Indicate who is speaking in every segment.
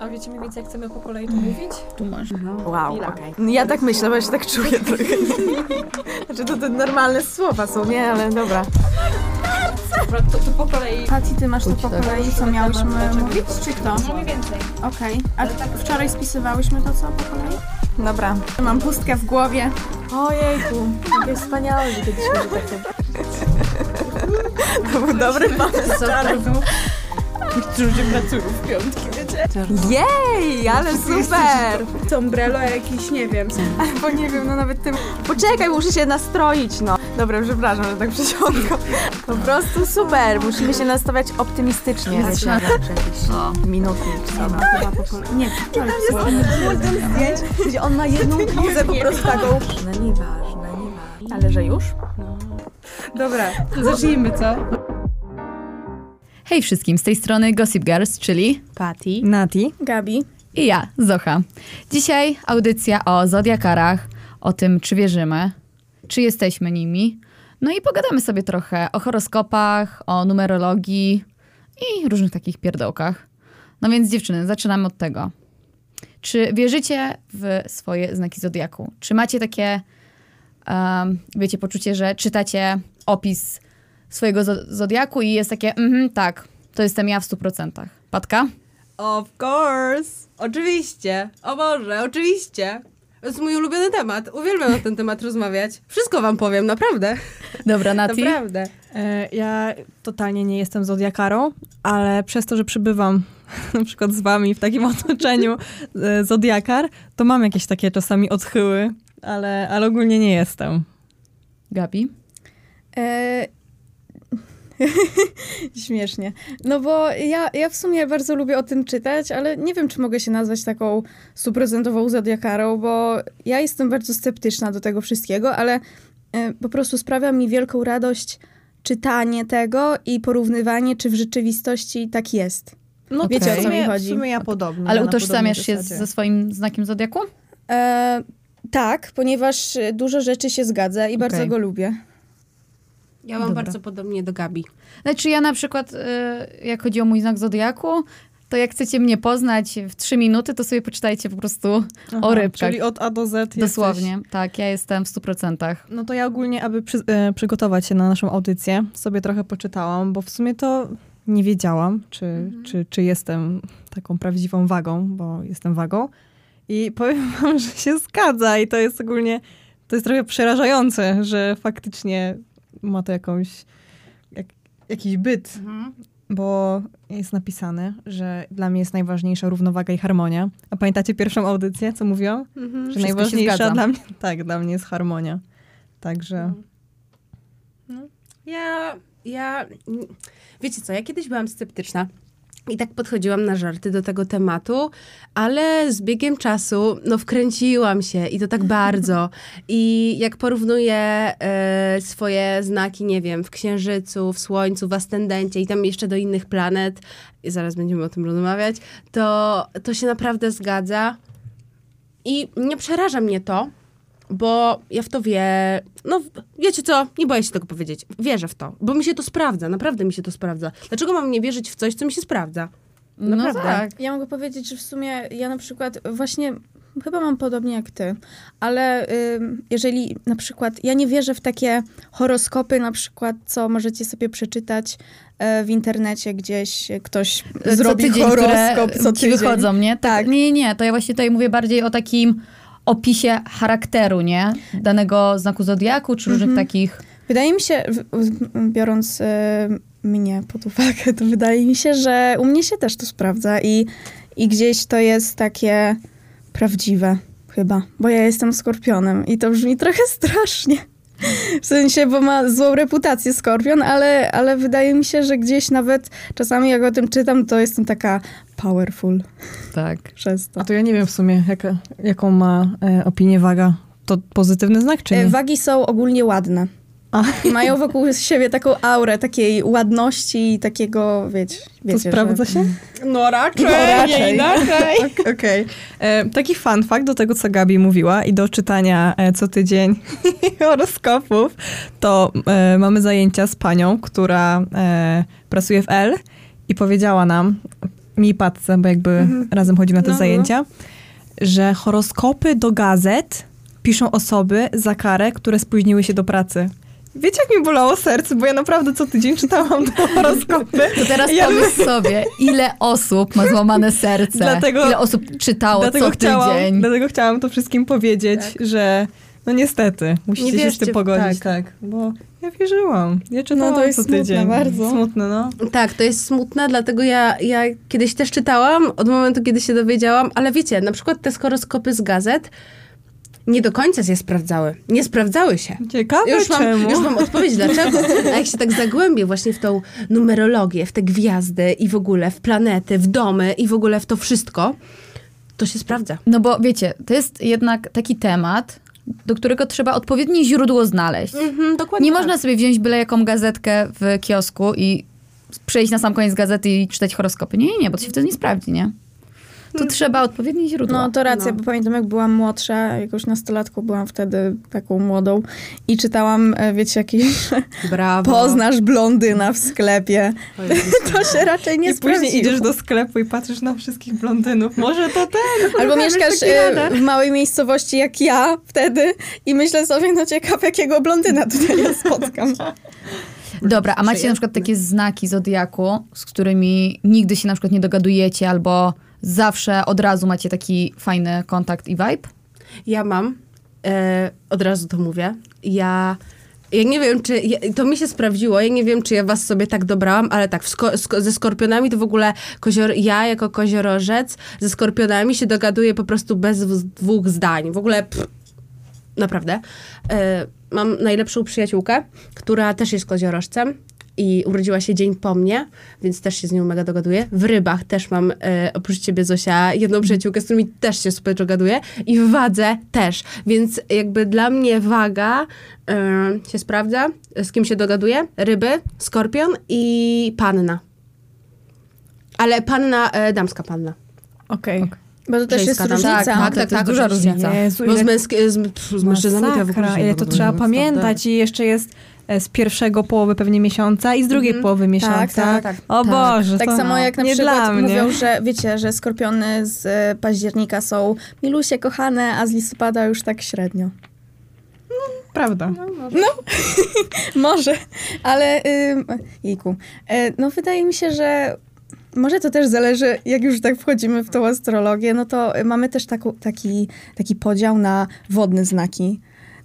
Speaker 1: A wiecie mniej więcej, jak chcemy po kolei to mówić?
Speaker 2: Tu masz.
Speaker 3: Wow,
Speaker 1: Chwila.
Speaker 3: okej. Ja tak myślę, bo ja się tak czuję trochę. znaczy to te normalne słowa są, nie? Ale no. dobra.
Speaker 1: Dobra, to, to po kolei.
Speaker 4: Pati, ty masz to po kolei, co miałyśmy
Speaker 1: Dlaczego?
Speaker 4: mówić, czy kto?
Speaker 1: No mniej więcej.
Speaker 4: Okej. A wczoraj spisywałyśmy to, co po kolei?
Speaker 3: Dobra.
Speaker 4: Mam pustkę w głowie.
Speaker 3: Ojejku, jakie wspaniałe, że kiedyś mieli takie... To był dobry pomysł, Czarnu.
Speaker 2: Ludzie pracują w piątki, wiecie?
Speaker 3: Jej, ale super!
Speaker 2: To umbrello jakieś, nie wiem.
Speaker 3: Bo nie wiem, no nawet tym... Poczekaj, muszę się nastroić, no. Dobra, przepraszam, że tak przysiągłam. Po prostu super, musimy się nastawiać optymistycznie. Znaczy, Minutnik, co?
Speaker 4: Chyba po kolei. Nie, wczoraj
Speaker 3: Gdzie on ma jedną bluzę po prostu taką. No nieważne, nieważne. Ale że już?
Speaker 2: Dobra, zacznijmy, co?
Speaker 5: Hej wszystkim, z tej strony Gossip Girls, czyli
Speaker 2: Patty.
Speaker 3: Nati.
Speaker 4: Gabi.
Speaker 5: i ja, Zocha. Dzisiaj audycja o zodiakarach, o tym czy wierzymy, czy jesteśmy nimi. No i pogadamy sobie trochę o horoskopach, o numerologii i różnych takich pierdołkach. No więc dziewczyny, zaczynamy od tego. Czy wierzycie w swoje znaki zodiaku? Czy macie takie, um, wiecie, poczucie, że czytacie opis swojego zo- zodiaku i jest takie, mhm, tak, to jestem ja w 100%. Patka?
Speaker 6: Of course! Oczywiście! O Boże, oczywiście! To jest mój ulubiony temat. Uwielbiam na ten temat rozmawiać. Wszystko wam powiem, naprawdę.
Speaker 5: Dobra, Nati.
Speaker 6: Naprawdę.
Speaker 1: E, Ja totalnie nie jestem zodiakarą, ale przez to, że przybywam na przykład z wami w takim otoczeniu e, zodiakar, to mam jakieś takie czasami odchyły, ale, ale ogólnie nie jestem.
Speaker 5: Gabi.
Speaker 7: E... Śmiesznie. No bo ja, ja w sumie bardzo lubię o tym czytać, ale nie wiem, czy mogę się nazwać taką stuprocentową zodiakarą, bo ja jestem bardzo sceptyczna do tego wszystkiego, ale e, po prostu sprawia mi wielką radość czytanie tego i porównywanie, czy w rzeczywistości tak jest.
Speaker 2: No
Speaker 5: Wiecie,
Speaker 2: to w
Speaker 5: o co
Speaker 2: sumie-
Speaker 7: mi chodzi.
Speaker 2: W sumie ja podobnie.
Speaker 5: Ale
Speaker 2: ja na
Speaker 5: utożsamiasz
Speaker 2: podobnej
Speaker 5: się
Speaker 2: zasadzie.
Speaker 5: ze swoim znakiem zodiaku?
Speaker 7: E, tak, ponieważ e, dużo rzeczy się zgadza i bardzo
Speaker 5: Okej.
Speaker 7: go lubię.
Speaker 6: Ja mam
Speaker 5: Dobra.
Speaker 6: bardzo podobnie do Gabi.
Speaker 5: Znaczy ja na przykład, y, jak chodzi o mój znak zodiaku, to jak chcecie mnie poznać w trzy minuty, to sobie poczytajcie po prostu o rybkach.
Speaker 1: Czyli od A do Z
Speaker 5: Dosłownie.
Speaker 1: Jesteś...
Speaker 5: Tak, ja jestem w 100%.
Speaker 1: No to ja ogólnie, aby przy, e, przygotować się na naszą audycję, sobie trochę poczytałam, bo w sumie to nie wiedziałam, czy, czy, czy jestem taką prawdziwą wagą, bo jestem wagą. I powiem wam, że się zgadza i to jest ogólnie, to jest trochę przerażające, że faktycznie ma to jakąś, jak, jakiś byt, bo jest napisane, że dla mnie jest najważniejsza równowaga i harmonia. A pamiętacie pierwszą audycję, co mówiłam? Że
Speaker 5: się
Speaker 1: najważniejsza
Speaker 5: zgadza.
Speaker 1: dla mnie, tak, dla mnie jest harmonia. Także
Speaker 6: Ja, ja, wiecie co, ja kiedyś byłam sceptyczna i tak podchodziłam na żarty do tego tematu, ale z biegiem czasu, no wkręciłam się i to tak bardzo. I jak porównuję e, swoje znaki, nie wiem, w Księżycu, w Słońcu, w Ascendencie i tam jeszcze do innych planet, i zaraz będziemy o tym rozmawiać, to, to się naprawdę zgadza. I nie przeraża mnie to, bo ja w to wie. No, wiecie co? Nie boję się tego powiedzieć. Wierzę w to, bo mi się to sprawdza, naprawdę mi się to sprawdza. Dlaczego mam nie wierzyć w coś, co mi się sprawdza?
Speaker 5: No
Speaker 6: Naprawdę.
Speaker 5: tak.
Speaker 7: Ja mogę powiedzieć, że w sumie ja na przykład właśnie chyba mam podobnie jak ty, ale ym, jeżeli na przykład ja nie wierzę w takie horoskopy na przykład, co możecie sobie przeczytać e, w internecie gdzieś e, ktoś zrobi horoskop
Speaker 5: które
Speaker 7: co
Speaker 5: ci
Speaker 7: tydzień.
Speaker 5: wychodzą, nie?
Speaker 7: Tak.
Speaker 5: Nie, nie, nie, to ja właśnie tutaj mówię bardziej o takim opisie charakteru, nie? Danego znaku zodiaku, czy różnych takich...
Speaker 7: Wydaje mi się, w- w- biorąc e, mnie pod uwagę, to wydaje mi się, że u mnie się też to sprawdza i, i gdzieś to jest takie prawdziwe chyba, bo ja jestem skorpionem i to brzmi trochę strasznie. W sensie, bo ma złą reputację skorpion, ale, ale wydaje mi się, że gdzieś nawet czasami jak o tym czytam, to jestem taka powerful
Speaker 5: Tak.
Speaker 7: przez to.
Speaker 1: A No to ja nie wiem w sumie, jaka, jaką ma e, opinię waga. To pozytywny znak, czy
Speaker 7: E,
Speaker 1: nie?
Speaker 7: Wagi są ogólnie ładne.
Speaker 1: A.
Speaker 7: I mają wokół siebie taką aurę takiej ładności i takiego, wiecie,
Speaker 1: to
Speaker 7: wiecie
Speaker 1: sprawdza się?
Speaker 6: No raczej.
Speaker 7: No raczej.
Speaker 1: Ok-
Speaker 5: Tak.
Speaker 1: Okej. E, Taki fun fact do tego, co Gabi mówiła i do czytania e, co tydzień horoskopów, to e, mamy zajęcia z panią, która e, pracuje w L i powiedziała nam mi i Patce, bo jakby
Speaker 5: Mhm.
Speaker 1: razem chodzimy na te
Speaker 2: No, no.
Speaker 1: zajęcia, że horoskopy do gazet piszą osoby za karę, które spóźniły się do pracy. Wiecie, jak mi bolało serce, bo ja naprawdę co tydzień czytałam te horoskopy.
Speaker 5: To teraz
Speaker 1: I ja
Speaker 5: pomyśl sobie, ile osób ma złamane serce,
Speaker 1: Dlatego-
Speaker 5: ile osób czytało co
Speaker 1: chciałam,
Speaker 5: tydzień. No,
Speaker 1: dlatego chciałam to wszystkim powiedzieć, że no niestety, musicie się z
Speaker 6: wierzcie
Speaker 1: tym
Speaker 6: w-
Speaker 1: pogodzić,
Speaker 6: tak.
Speaker 1: tak. bo ja wierzyłam, ja czytałam
Speaker 7: to jest
Speaker 1: co
Speaker 7: smutne
Speaker 1: tydzień.
Speaker 7: bardzo.
Speaker 1: Smutne, no.
Speaker 6: Tak, to jest smutne, dlatego ja, ja kiedyś też czytałam, od momentu, kiedy się dowiedziałam, ale wiecie, na przykład te horoskopy z gazet nie do końca się sprawdzały. Nie sprawdzały się.
Speaker 1: Ciekawe
Speaker 6: Już mam,
Speaker 1: czemu.
Speaker 6: już mam odpowiedź dlaczego. A jak się tak zagłębię właśnie w tą numerologię, w te gwiazdy i w ogóle w planety, w domy i w ogóle w to wszystko, to się sprawdza.
Speaker 5: No bo wiecie, to jest jednak taki temat, do którego trzeba odpowiednie źródło znaleźć.
Speaker 6: Mhm, dokładnie.
Speaker 5: Nie
Speaker 1: tak.
Speaker 5: można sobie wziąć byle jaką gazetkę w kiosku i przejść na sam koniec gazety i czytać horoskopy. Nie, nie, nie, bo to się wtedy nie sprawdzi, nie?
Speaker 1: Mm.
Speaker 5: Tu trzeba odpowiednie źródło.
Speaker 7: No to racja, bo pamiętam jak byłam młodsza, jakoś nastolatką byłam wtedy taką młodą i czytałam, e, wiecie, jakiś
Speaker 6: Brawo.
Speaker 7: poznasz blondyna w sklepie. To się raczej nie
Speaker 1: I później
Speaker 7: sprawdziło.
Speaker 1: idziesz do sklepu i patrzysz na wszystkich blondynów. Może to ten?
Speaker 7: Albo mieszkasz e, w małej miejscowości jak ja wtedy i myślę sobie, no ciekaw jakiego blondyna tutaj ja spotkam.
Speaker 5: Dobra, a macie na przykład takie znaki zodiaku, z którymi nigdy się na przykład nie dogadujecie, albo zawsze od razu macie taki fajny kontakt i vibe?
Speaker 6: Ja mam, e, od razu to mówię, ja, ja nie wiem, czy, ja, to mi się sprawdziło, ja nie wiem, czy ja was sobie tak dobrałam, ale tak, w sko- sko- ze skorpionami to w ogóle, kozior- ja jako koziorożec ze skorpionami się dogaduję po prostu bez w- dwóch zdań, w ogóle pff, naprawdę. E, mam najlepszą przyjaciółkę, która też jest koziorożcem. I urodziła się dzień po mnie, więc też się z nią mega dogaduję. W rybach też mam, e, oprócz ciebie Zosia, jedną przyjaciółkę, z którymi też się super dogaduję. I w wadze też. Więc jakby dla mnie waga e, się sprawdza, z kim się dogaduję. Ryby, skorpion i panna. Ale panna, e, damska panna.
Speaker 1: Okej.
Speaker 6: Tak,
Speaker 7: Bo to też jest
Speaker 6: Żeńska tam.
Speaker 7: różnica.
Speaker 5: Tak, tak, tak, to jest duża
Speaker 6: oczywiście.
Speaker 5: różnica.
Speaker 1: Jezu,
Speaker 6: Bo z,
Speaker 1: ile-
Speaker 6: męsk- z, pff, z mężczyznami to ja w ogóle
Speaker 1: Masakra,
Speaker 6: się nie
Speaker 1: ile to
Speaker 6: dogaduję.
Speaker 1: trzeba pamiętać i jeszcze jest e, z pierwszego połowy pewnie miesiąca i z drugiej połowy miesiąca.
Speaker 7: Mhm. tak,
Speaker 1: tak. O Boże,
Speaker 7: Tak
Speaker 1: to no,
Speaker 7: samo jak na
Speaker 1: nie dla
Speaker 7: przykład
Speaker 1: mnie.
Speaker 7: mówią, że wiecie, że skorpiony z e, października są milusie, kochane, a z listopada już tak średnio.
Speaker 1: Prawda.
Speaker 7: Może, ale ym, jejku. E, no wydaje mi się, że może to też zależy, jak już tak wchodzimy w tą astrologię, no to y, mamy też taką, taki, taki podział na wodne znaki.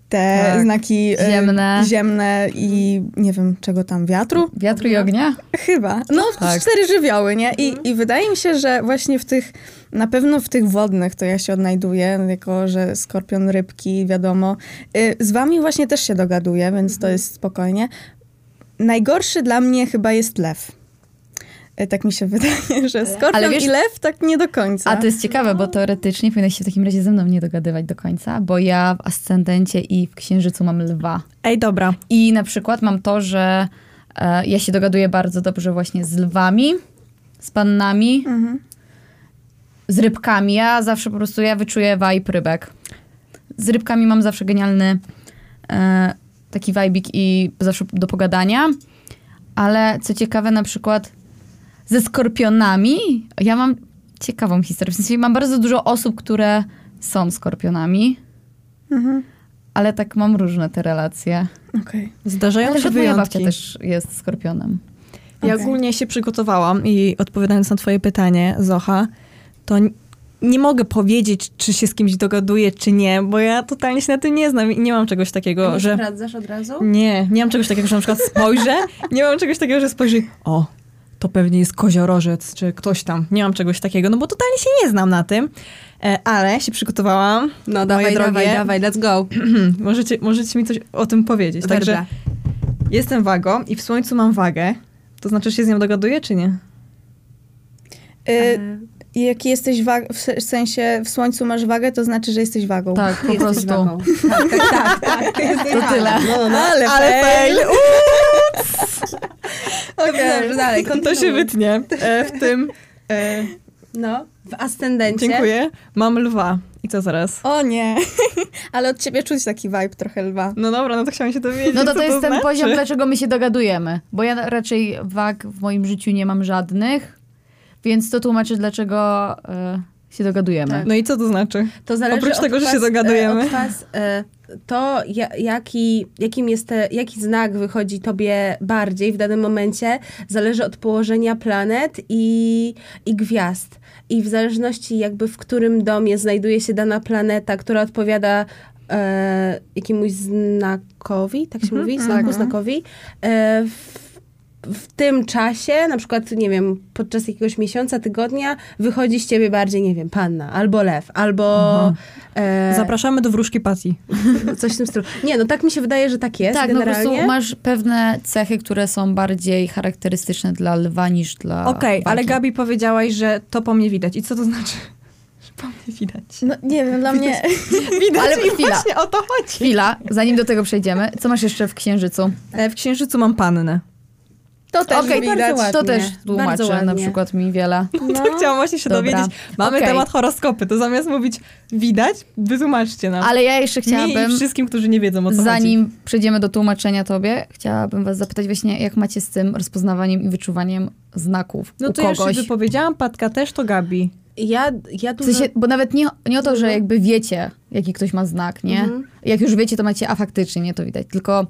Speaker 7: Te
Speaker 5: Tak.
Speaker 7: znaki y,
Speaker 5: Ziemne.
Speaker 7: ziemne i nie wiem czego tam, wiatru?
Speaker 5: Wiatru i ognia?
Speaker 7: Chyba. No,
Speaker 5: Tak.
Speaker 7: cztery żywioły, nie?
Speaker 5: Mhm.
Speaker 7: I, I wydaje mi się, że właśnie w tych, na pewno w tych wodnych to ja się odnajduję, jako że skorpion, rybki, wiadomo. Y, Z wami właśnie też się dogaduję, więc
Speaker 5: Mhm.
Speaker 7: to jest spokojnie. Najgorszy dla mnie chyba jest lew. Y, Tak mi się wydaje, że
Speaker 5: Ale
Speaker 7: skorpion
Speaker 5: wiesz-
Speaker 7: i lew tak nie do końca.
Speaker 5: A to jest ciekawe, bo teoretycznie powinnaś się w takim razie ze mną nie dogadywać do końca, bo ja w ascendencie i w księżycu mam lwa.
Speaker 1: Ej, dobra.
Speaker 5: I na przykład mam to, że e, ja się dogaduję bardzo dobrze właśnie z lwami, z pannami,
Speaker 1: Mhm.
Speaker 5: z rybkami. Ja zawsze po prostu, ja wyczuję vibe rybek. Z rybkami mam zawsze genialny e, taki vibik i zawsze do pogadania. Ale co ciekawe, na przykład ze skorpionami, ja mam ciekawą historię. W sensie mam bardzo dużo osób, które są skorpionami,
Speaker 7: Mhm.
Speaker 5: ale tak mam różne te relacje.
Speaker 7: Okej.
Speaker 1: Zdarzają
Speaker 5: Ale
Speaker 1: się
Speaker 5: że moja babcia
Speaker 1: wyjątki.
Speaker 5: też jest skorpionem.
Speaker 1: Ja
Speaker 7: Okej.
Speaker 1: ogólnie się przygotowałam i odpowiadając na twoje pytanie, Zocha, to n- nie mogę powiedzieć, czy się z kimś dogaduję, czy nie, bo ja totalnie się na tym nie znam i nie mam czegoś takiego,
Speaker 4: Nie
Speaker 1: że...
Speaker 4: Sprawdzasz od razu?
Speaker 1: Nie, nie mam czegoś takiego, że na przykład spojrzę, nie mam czegoś takiego, że spojrzy, o, to pewnie jest koziorożec, czy ktoś tam. Nie mam czegoś takiego, no bo totalnie się nie znam na tym, e, ale się przygotowałam.
Speaker 6: No dawaj,
Speaker 1: moje drogie,
Speaker 6: dawaj, dawaj, let's go.
Speaker 1: możecie, możecie mi coś o tym powiedzieć. Także
Speaker 6: Także
Speaker 1: jestem wagą i w słońcu mam wagę, to znaczy się z nią dogaduję, czy nie?
Speaker 7: Y, Jaki jesteś wag- w se- w sensie w słońcu masz wagę, to znaczy, że jesteś wagą.
Speaker 5: Tak, po prostu.
Speaker 6: Tak, tak, tak. tak. No,
Speaker 5: To tyle.
Speaker 7: Ale, ale
Speaker 6: Dobrze, dobrze, dalej,
Speaker 1: To się
Speaker 6: kontynuuj.
Speaker 1: wytnie e, w tym. E,
Speaker 6: No, w ascendencie.
Speaker 1: dziękuję. Mam lwa. I co zaraz?
Speaker 7: O nie, ale od ciebie czuć taki vibe trochę lwa.
Speaker 1: No dobra, no to chciałam się dowiedzieć.
Speaker 5: No to
Speaker 1: co
Speaker 5: to jest ten
Speaker 1: znaczy.
Speaker 5: poziom, dlaczego my się dogadujemy. Bo ja raczej wag w moim życiu nie mam żadnych. Więc to tłumaczy, dlaczego e, się dogadujemy.
Speaker 1: No i co to znaczy?
Speaker 6: To zależy
Speaker 1: Oprócz
Speaker 6: od
Speaker 1: tego, że
Speaker 6: was,
Speaker 1: się dogadujemy.
Speaker 6: e, Od was, e, to, ja- jaki, jakim jest te, jaki znak wychodzi tobie bardziej w danym momencie, zależy od położenia planet i, i gwiazd. I w zależności jakby w którym domie znajduje się dana planeta, która odpowiada e, jakiemuś znakowi, tak się mówi? Znaku, znakowi. E, w, w tym czasie, na przykład, nie wiem, podczas jakiegoś miesiąca, tygodnia, wychodzi z ciebie bardziej, nie wiem, panna, albo lew, albo e,
Speaker 1: Zapraszamy do wróżki Patty.
Speaker 6: coś w tym stylu. Nie, no tak mi się wydaje, że tak jest
Speaker 5: tak, no po
Speaker 6: generalnie.
Speaker 5: prostu masz pewne cechy, które są bardziej charakterystyczne dla lwa niż dla.
Speaker 1: Okej, ale
Speaker 5: walki.
Speaker 1: Gabi powiedziałaś, że to po mnie widać. I co to znaczy? Że po mnie widać.
Speaker 7: No nie wiem, dla mnie...
Speaker 1: Widać
Speaker 5: Ale
Speaker 1: i
Speaker 5: chwila.
Speaker 1: właśnie o to chodzi.
Speaker 5: Chwila, zanim do tego przejdziemy. Co masz jeszcze w księżycu?
Speaker 1: E, W księżycu mam pannę.
Speaker 7: To też
Speaker 5: Okej,
Speaker 7: widać.
Speaker 6: bardzo
Speaker 5: To
Speaker 6: ładnie,
Speaker 5: też
Speaker 6: bardzo
Speaker 5: tłumaczy
Speaker 6: ładnie.
Speaker 5: na przykład mi wiele.
Speaker 1: To chciałam właśnie się
Speaker 5: Dobra.
Speaker 1: dowiedzieć. Mamy
Speaker 5: Okej.
Speaker 1: temat horoskopy. To zamiast mówić widać, wytłumaczcie nam.
Speaker 5: Ale ja jeszcze
Speaker 1: Mi i
Speaker 5: chciałabym,
Speaker 1: wszystkim, którzy nie wiedzą o co chodzi.
Speaker 5: zanim przejdziemy do tłumaczenia tobie, chciałabym was zapytać właśnie, jak macie z tym rozpoznawaniem i wyczuwaniem znaków
Speaker 1: No
Speaker 5: u
Speaker 1: to ja już się
Speaker 5: kogoś.
Speaker 1: wypowiedziałam, Patka też, to Gabi.
Speaker 6: Ja, ja
Speaker 5: W
Speaker 6: dużo...
Speaker 5: sensie, bo nawet nie, nie o to,
Speaker 1: Mhm.
Speaker 5: że jakby wiecie, jaki ktoś ma znak, nie? Jak już wiecie, to macie, a faktycznie nie to widać, tylko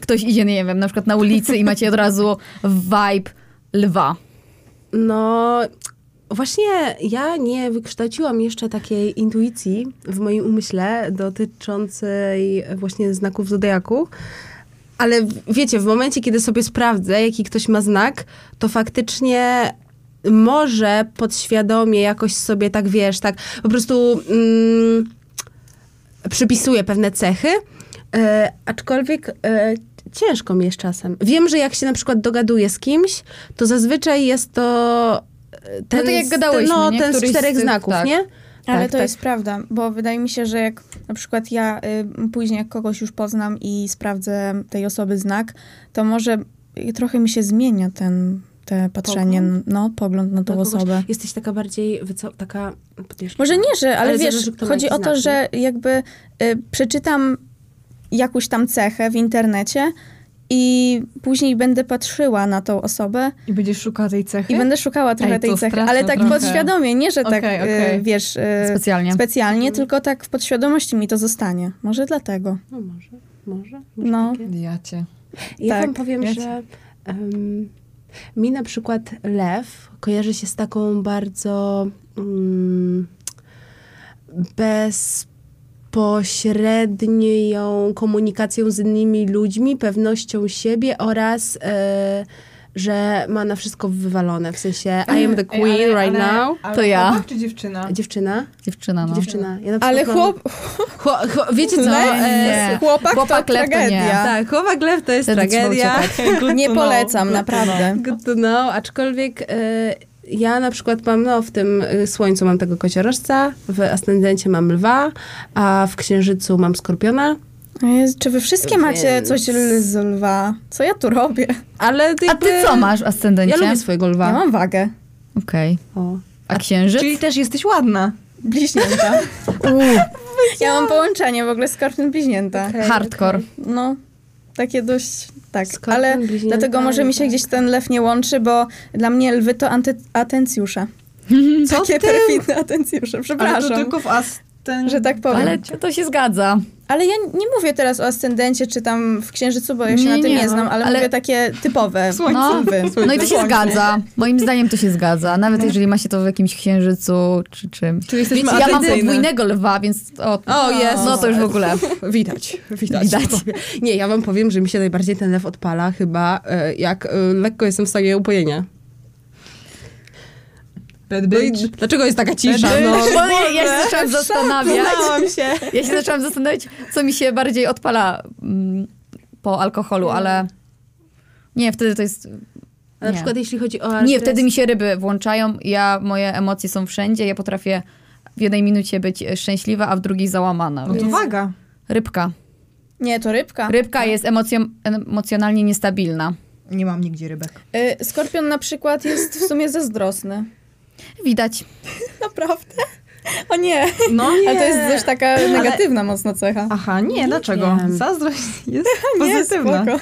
Speaker 5: ktoś idzie, nie wiem, na przykład na ulicy i macie od razu vibe lwa.
Speaker 6: No, właśnie ja nie wykształciłam jeszcze takiej intuicji w moim umyśle dotyczącej właśnie znaków zodiaku. Ale w- wiecie, w momencie, kiedy sobie sprawdzę, jaki ktoś ma znak, to faktycznie może podświadomie jakoś sobie tak wiesz, tak po prostu mm, przypisuję pewne cechy, e, aczkolwiek e, ciężko mi jest czasem. Wiem, że jak się na przykład dogaduję z kimś, to zazwyczaj jest to e, ten,
Speaker 5: tak jak
Speaker 6: z-
Speaker 5: gadałyśmy,
Speaker 6: no,
Speaker 5: nie?
Speaker 6: ten z
Speaker 5: Któryś z
Speaker 6: czterech
Speaker 5: tych,
Speaker 6: znaków,
Speaker 5: tak.
Speaker 6: nie?
Speaker 7: Ale
Speaker 5: Tak,
Speaker 7: to
Speaker 5: tak.
Speaker 7: jest prawda, bo wydaje mi się, że jak na przykład ja y, później jak kogoś już poznam i sprawdzę tej osoby znak, to może y, trochę mi się zmienia ten, te patrzenie,
Speaker 6: Pogląd?
Speaker 7: no, pogląd na tą
Speaker 6: Na kogoś.
Speaker 7: osobę.
Speaker 6: Tak, Jesteś taka bardziej, wyco- taka... podnieś-
Speaker 7: Może nie, że, ale,
Speaker 6: Ale
Speaker 7: wiesz,
Speaker 6: zależy, kto ma
Speaker 7: chodzi
Speaker 6: jaki
Speaker 7: o to, że
Speaker 6: znak,
Speaker 7: jakby y, przeczytam jakąś tam cechę w internecie i później będę patrzyła na tą osobę
Speaker 1: I będziesz szukała tej cechy?
Speaker 7: i będę szukała trochę
Speaker 5: Ej, to
Speaker 7: tej cechy,
Speaker 5: straszne
Speaker 7: ale tak
Speaker 5: trochę.
Speaker 7: podświadomie, nie, że tak,
Speaker 1: Okej,
Speaker 7: y,
Speaker 1: okej.
Speaker 7: wiesz... y,
Speaker 5: Specjalnie.
Speaker 7: specjalnie, tylko tak w podświadomości mi to zostanie. Może dlatego.
Speaker 6: No może, może. może
Speaker 7: No,
Speaker 6: takie.
Speaker 1: Ja cię.
Speaker 6: Ja
Speaker 7: Tak,
Speaker 6: wam powiem,
Speaker 1: wiecie.
Speaker 6: że em, mi na przykład lew kojarzy się z taką bardzo mm, bezpośrednią komunikacją z innymi ludźmi, pewnością siebie oraz e, że ma na wszystko wywalone, w sensie I am the queen right now.
Speaker 5: To ja. chłopak
Speaker 1: czy dziewczyna?
Speaker 6: Dziewczyna?
Speaker 5: Dziewczyna, no.
Speaker 6: Dziewczyna. Ja na
Speaker 7: No. ale
Speaker 6: przykład mam-
Speaker 7: chłop,
Speaker 6: Chło- chło- wiecie co? E,
Speaker 5: Nie.
Speaker 7: chłopak,
Speaker 5: Chłopak
Speaker 7: to
Speaker 5: lew to nie.
Speaker 7: tragedia.
Speaker 6: tak, chłopak lew to jest
Speaker 5: Wtedy trzeba
Speaker 6: tragedia.
Speaker 5: uciekać.
Speaker 7: Nie polecam, naprawdę.
Speaker 6: Good to know, no, aczkolwiek e, ja na przykład mam, no w tym y, słońcu mam tego kociorożca, w ascendencie mam lwa, a w księżycu mam skorpiona,
Speaker 7: O Jezu, Czy wy wszystkie macie
Speaker 6: Więc-
Speaker 7: coś l- z lwa? Co ja tu robię?
Speaker 6: ale ty
Speaker 5: A ty co masz w ascendencie? No.
Speaker 6: Ja lubię swojego lwa.
Speaker 7: Ja mam wagę.
Speaker 5: Okej.
Speaker 6: O.
Speaker 5: A księżyc?
Speaker 1: Czyli też jesteś ładna.
Speaker 7: Bliźnięta.
Speaker 5: Uuu,
Speaker 7: Ja mam połączenie w ogóle skorpion bliźnięta.
Speaker 5: hardcore.
Speaker 7: No, takie dość, tak.
Speaker 6: Skorpion,
Speaker 7: ale
Speaker 6: bliźnięta,
Speaker 7: dlatego może mi się
Speaker 6: tak.
Speaker 7: gdzieś ten lew nie łączy, bo dla mnie lwy to anty- atencjusze.
Speaker 1: Co
Speaker 7: Takie
Speaker 1: ty?
Speaker 7: perfidne atencjusze, przepraszam.
Speaker 1: Ale to tylko w Asten...
Speaker 7: Że tak powiem.
Speaker 5: Ale to się zgadza.
Speaker 7: Ale ja nie mówię teraz o ascendencie czy tam w księżycu, bo ja się
Speaker 5: Nie,
Speaker 7: na tym
Speaker 5: nie,
Speaker 7: nie, znam,
Speaker 5: no,
Speaker 7: ale,
Speaker 5: ale-
Speaker 7: mówię takie typowe.
Speaker 1: Słońce.
Speaker 5: No.
Speaker 7: Wy.
Speaker 5: No i to się
Speaker 1: Słońce.
Speaker 5: zgadza. Moim zdaniem to się zgadza. Nawet jeżeli ma się to w jakimś księżycu czy czymś.
Speaker 1: Czyli jesteśmy
Speaker 5: Ja mam
Speaker 1: atencyjne.
Speaker 5: podwójnego lwa, więc o,
Speaker 6: O, jest.
Speaker 5: no to już w ogóle.
Speaker 6: Widać, widać.
Speaker 5: Widać.
Speaker 6: Nie, ja wam powiem, że mi się najbardziej ten lew odpala chyba, e, jak e, lekko jestem w stanie upojenia.
Speaker 1: Bad
Speaker 6: No i
Speaker 1: bitch.
Speaker 6: dlaczego jest taka cisza?
Speaker 1: Będę-
Speaker 6: No.
Speaker 5: Bo ja, ja się zaczęłam zastanawiać.
Speaker 1: Znałam się.
Speaker 5: Ja się zaczęłam zastanawiać, co mi się bardziej odpala mm, po alkoholu, ale nie, wtedy to jest...
Speaker 6: A na
Speaker 5: nie.
Speaker 6: przykład jeśli chodzi o
Speaker 5: Nie,
Speaker 6: Arkres-
Speaker 5: wtedy mi się ryby włączają. Ja, moje emocje są wszędzie. Ja potrafię w jednej minucie być szczęśliwa, a w drugiej załamana.
Speaker 1: No to
Speaker 5: więc-
Speaker 1: waga.
Speaker 5: Rybka.
Speaker 7: Nie, to rybka.
Speaker 5: Rybka jest emocjo- emocjonalnie niestabilna.
Speaker 1: Nie mam nigdzie rybek.
Speaker 7: Y, skorpion na przykład jest w sumie zazdrosny.
Speaker 5: Widać.
Speaker 7: Naprawdę? O nie,
Speaker 1: No nie.
Speaker 7: ale to jest też taka negatywna mocno cecha.
Speaker 1: Aha, nie, dlaczego?
Speaker 6: wiem.
Speaker 1: Zazdrość jest
Speaker 7: nie,
Speaker 1: pozytywna.
Speaker 7: spoko.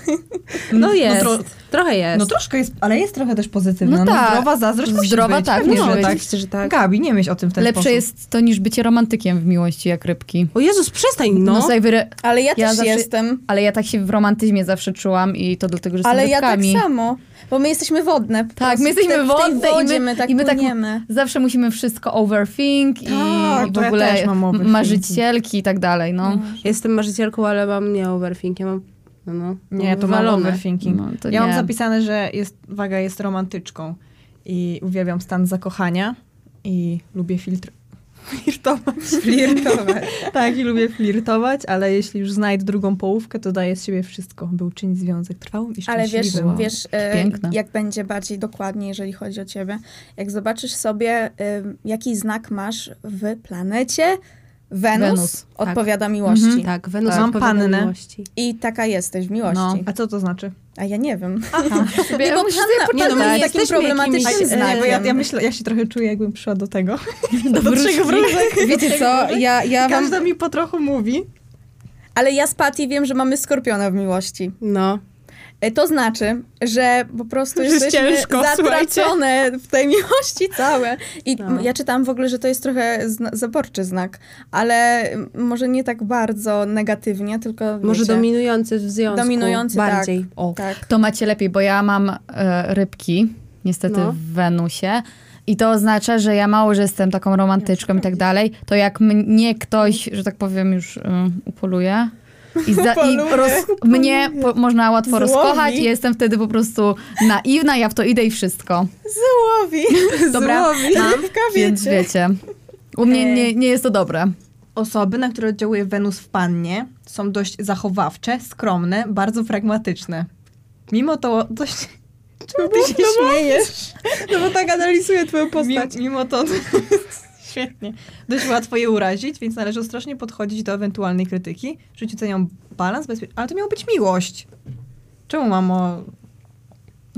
Speaker 6: No jest.
Speaker 1: No, tro-
Speaker 6: trochę jest.
Speaker 1: no troszkę jest, ale jest trochę też pozytywna.
Speaker 5: No
Speaker 1: No,
Speaker 5: tak.
Speaker 1: zdrowa zazdrość musi
Speaker 5: Zdrowa
Speaker 1: być.
Speaker 5: tak,
Speaker 1: pewnie,
Speaker 5: musi
Speaker 1: że
Speaker 5: być.
Speaker 1: tak.
Speaker 6: Oczywiście, że tak.
Speaker 1: Gabi, nie myśl o tym w ten
Speaker 5: Lepsze
Speaker 1: sposób.
Speaker 5: jest to niż bycie romantykiem w miłości jak rybki.
Speaker 6: O Jezus, przestań,
Speaker 5: No,
Speaker 6: no.
Speaker 5: najwyra-
Speaker 7: Ale ja,
Speaker 5: Ja
Speaker 7: też
Speaker 5: zawsze-
Speaker 7: jestem.
Speaker 5: ale ja tak się w romantyzmie zawsze czułam i to dlatego, że
Speaker 7: Ale
Speaker 5: jestem
Speaker 7: ja tak
Speaker 5: rybkami.
Speaker 7: samo, bo my jesteśmy wodne. po
Speaker 5: Tak,
Speaker 7: prostu.
Speaker 5: my jesteśmy
Speaker 7: w tej,
Speaker 5: wodne
Speaker 7: w tej
Speaker 5: i my-
Speaker 7: wodzie my tak
Speaker 5: i my tak-
Speaker 7: płyniemy.
Speaker 5: Zawsze musimy wszystko overthink i,
Speaker 1: Tak,
Speaker 5: i w
Speaker 1: to ja
Speaker 5: ogóle
Speaker 1: też mam overthinking.
Speaker 5: marzycielki i tak dalej, no.
Speaker 6: Jestem marzycielką, ale mam nie overthinking, ja mam... No, no,
Speaker 1: Nie, to mam
Speaker 6: wywalone.
Speaker 1: overthinking.
Speaker 5: No, to
Speaker 1: ja
Speaker 5: nie.
Speaker 1: mam zapisane, że jest, waga jest romantyczką i uwielbiam stan zakochania i lubię filtr... Flirtować. Flirtować. tak, i lubię flirtować, ale jeśli już znajdę drugą połówkę, to daję z siebie wszystko, by uczynić związek trwałym i
Speaker 7: Ale wiesz,
Speaker 1: szczęśliwym.
Speaker 5: Wow,
Speaker 7: wiesz e,
Speaker 5: piękne.
Speaker 7: jak będzie bardziej dokładnie, jeżeli chodzi o ciebie. Jak zobaczysz sobie, e, jaki znak masz w planecie, Wenus,
Speaker 5: Wenus,
Speaker 7: odpowiada miłości.
Speaker 6: Tak, Wenus
Speaker 1: Mam
Speaker 6: odpowiada
Speaker 1: pannę.
Speaker 6: miłości.
Speaker 7: I taka jesteś w miłości.
Speaker 5: No.
Speaker 1: A co to znaczy?
Speaker 7: A ja nie wiem.
Speaker 5: Sobie,
Speaker 7: Bo
Speaker 5: musisz
Speaker 7: panna-
Speaker 5: sobie
Speaker 7: nie, no, my
Speaker 5: poczytać.
Speaker 7: jesteśmy e, problematycznym
Speaker 1: jakimiś-
Speaker 7: znakiem.
Speaker 1: Bo E, ja, ja myślę, ja się trochę czuję, jakbym przyszła do tego.
Speaker 5: Do wróżki.
Speaker 2: Wiecie co, ja, ja wam...
Speaker 1: Każda mi po trochu mówi.
Speaker 7: Ale ja z Patty wiem, że mamy skorpiona w miłości.
Speaker 6: No.
Speaker 7: E, To znaczy, że po prostu
Speaker 6: Już jest
Speaker 7: jesteśmy
Speaker 6: ciężko,
Speaker 7: zatracone w tej miłości całe. I
Speaker 6: No.
Speaker 7: m- ja czytałam w ogóle, że to jest trochę zna- zaborczy znak, ale m, może nie tak bardzo negatywnie, tylko
Speaker 6: Może
Speaker 7: wiecie,
Speaker 6: dominujący w związku.
Speaker 7: dominujący
Speaker 6: Bardziej.
Speaker 7: Tak,
Speaker 6: O.
Speaker 7: tak.
Speaker 5: To macie lepiej, bo ja mam e, rybki, niestety
Speaker 6: No.
Speaker 5: w Wenusie. I to oznacza, że ja mało, że jestem taką romantyczką i tak dalej, to jak mnie ktoś, że tak powiem, już y, upoluje i, za, i roz, mnie po, można łatwo
Speaker 7: Złowi.
Speaker 5: rozkochać i jestem wtedy po prostu naiwna, ja w to idę i wszystko.
Speaker 7: Złowi.
Speaker 5: Dobra, mam,
Speaker 7: Rybka,
Speaker 5: więc
Speaker 7: wiecie.
Speaker 5: wiecie. U mnie nie, nie jest to dobre.
Speaker 1: Osoby, na które oddziałuje Wenus w pannie, są dość zachowawcze, skromne, bardzo pragmatyczne. Mimo to dość... Czemu ty się śmiejesz?
Speaker 2: No bo tak analizuję twoją
Speaker 1: Mimo,
Speaker 2: postać.
Speaker 1: mimo to... Świetnie. Dość łatwo je urazić, więc należy ostrożnie podchodzić do ewentualnej krytyki. W życiu cenią balans, bezpie... ale to miało być miłość. Czemu mam o...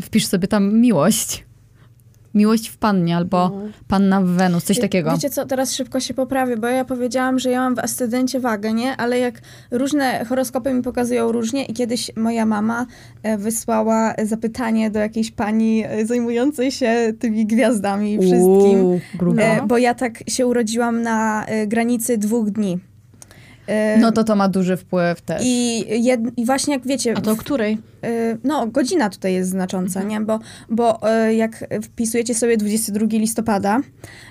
Speaker 5: Wpisz sobie tam miłość. Miłość w pannie albo
Speaker 7: No.
Speaker 5: panna w Wenus,
Speaker 7: Y,
Speaker 5: coś takiego.
Speaker 7: Wiecie co, teraz szybko się poprawię, bo ja powiedziałam, że ja mam w ascendencie wagę, nie? Ale jak różne horoskopy mi pokazują różnie i kiedyś moja mama e, wysłała zapytanie do jakiejś pani e, zajmującej się tymi gwiazdami i wszystkim.
Speaker 5: Uuu, grubo.
Speaker 7: E, bo ja tak się urodziłam na e, granicy dwóch dni. E,
Speaker 5: No to to ma duży wpływ też.
Speaker 7: I, jed, I właśnie jak wiecie, w-
Speaker 1: której?
Speaker 7: e, no godzina tutaj jest znacząca, nie? Bo, bo e, jak wpisujecie sobie 22 listopada,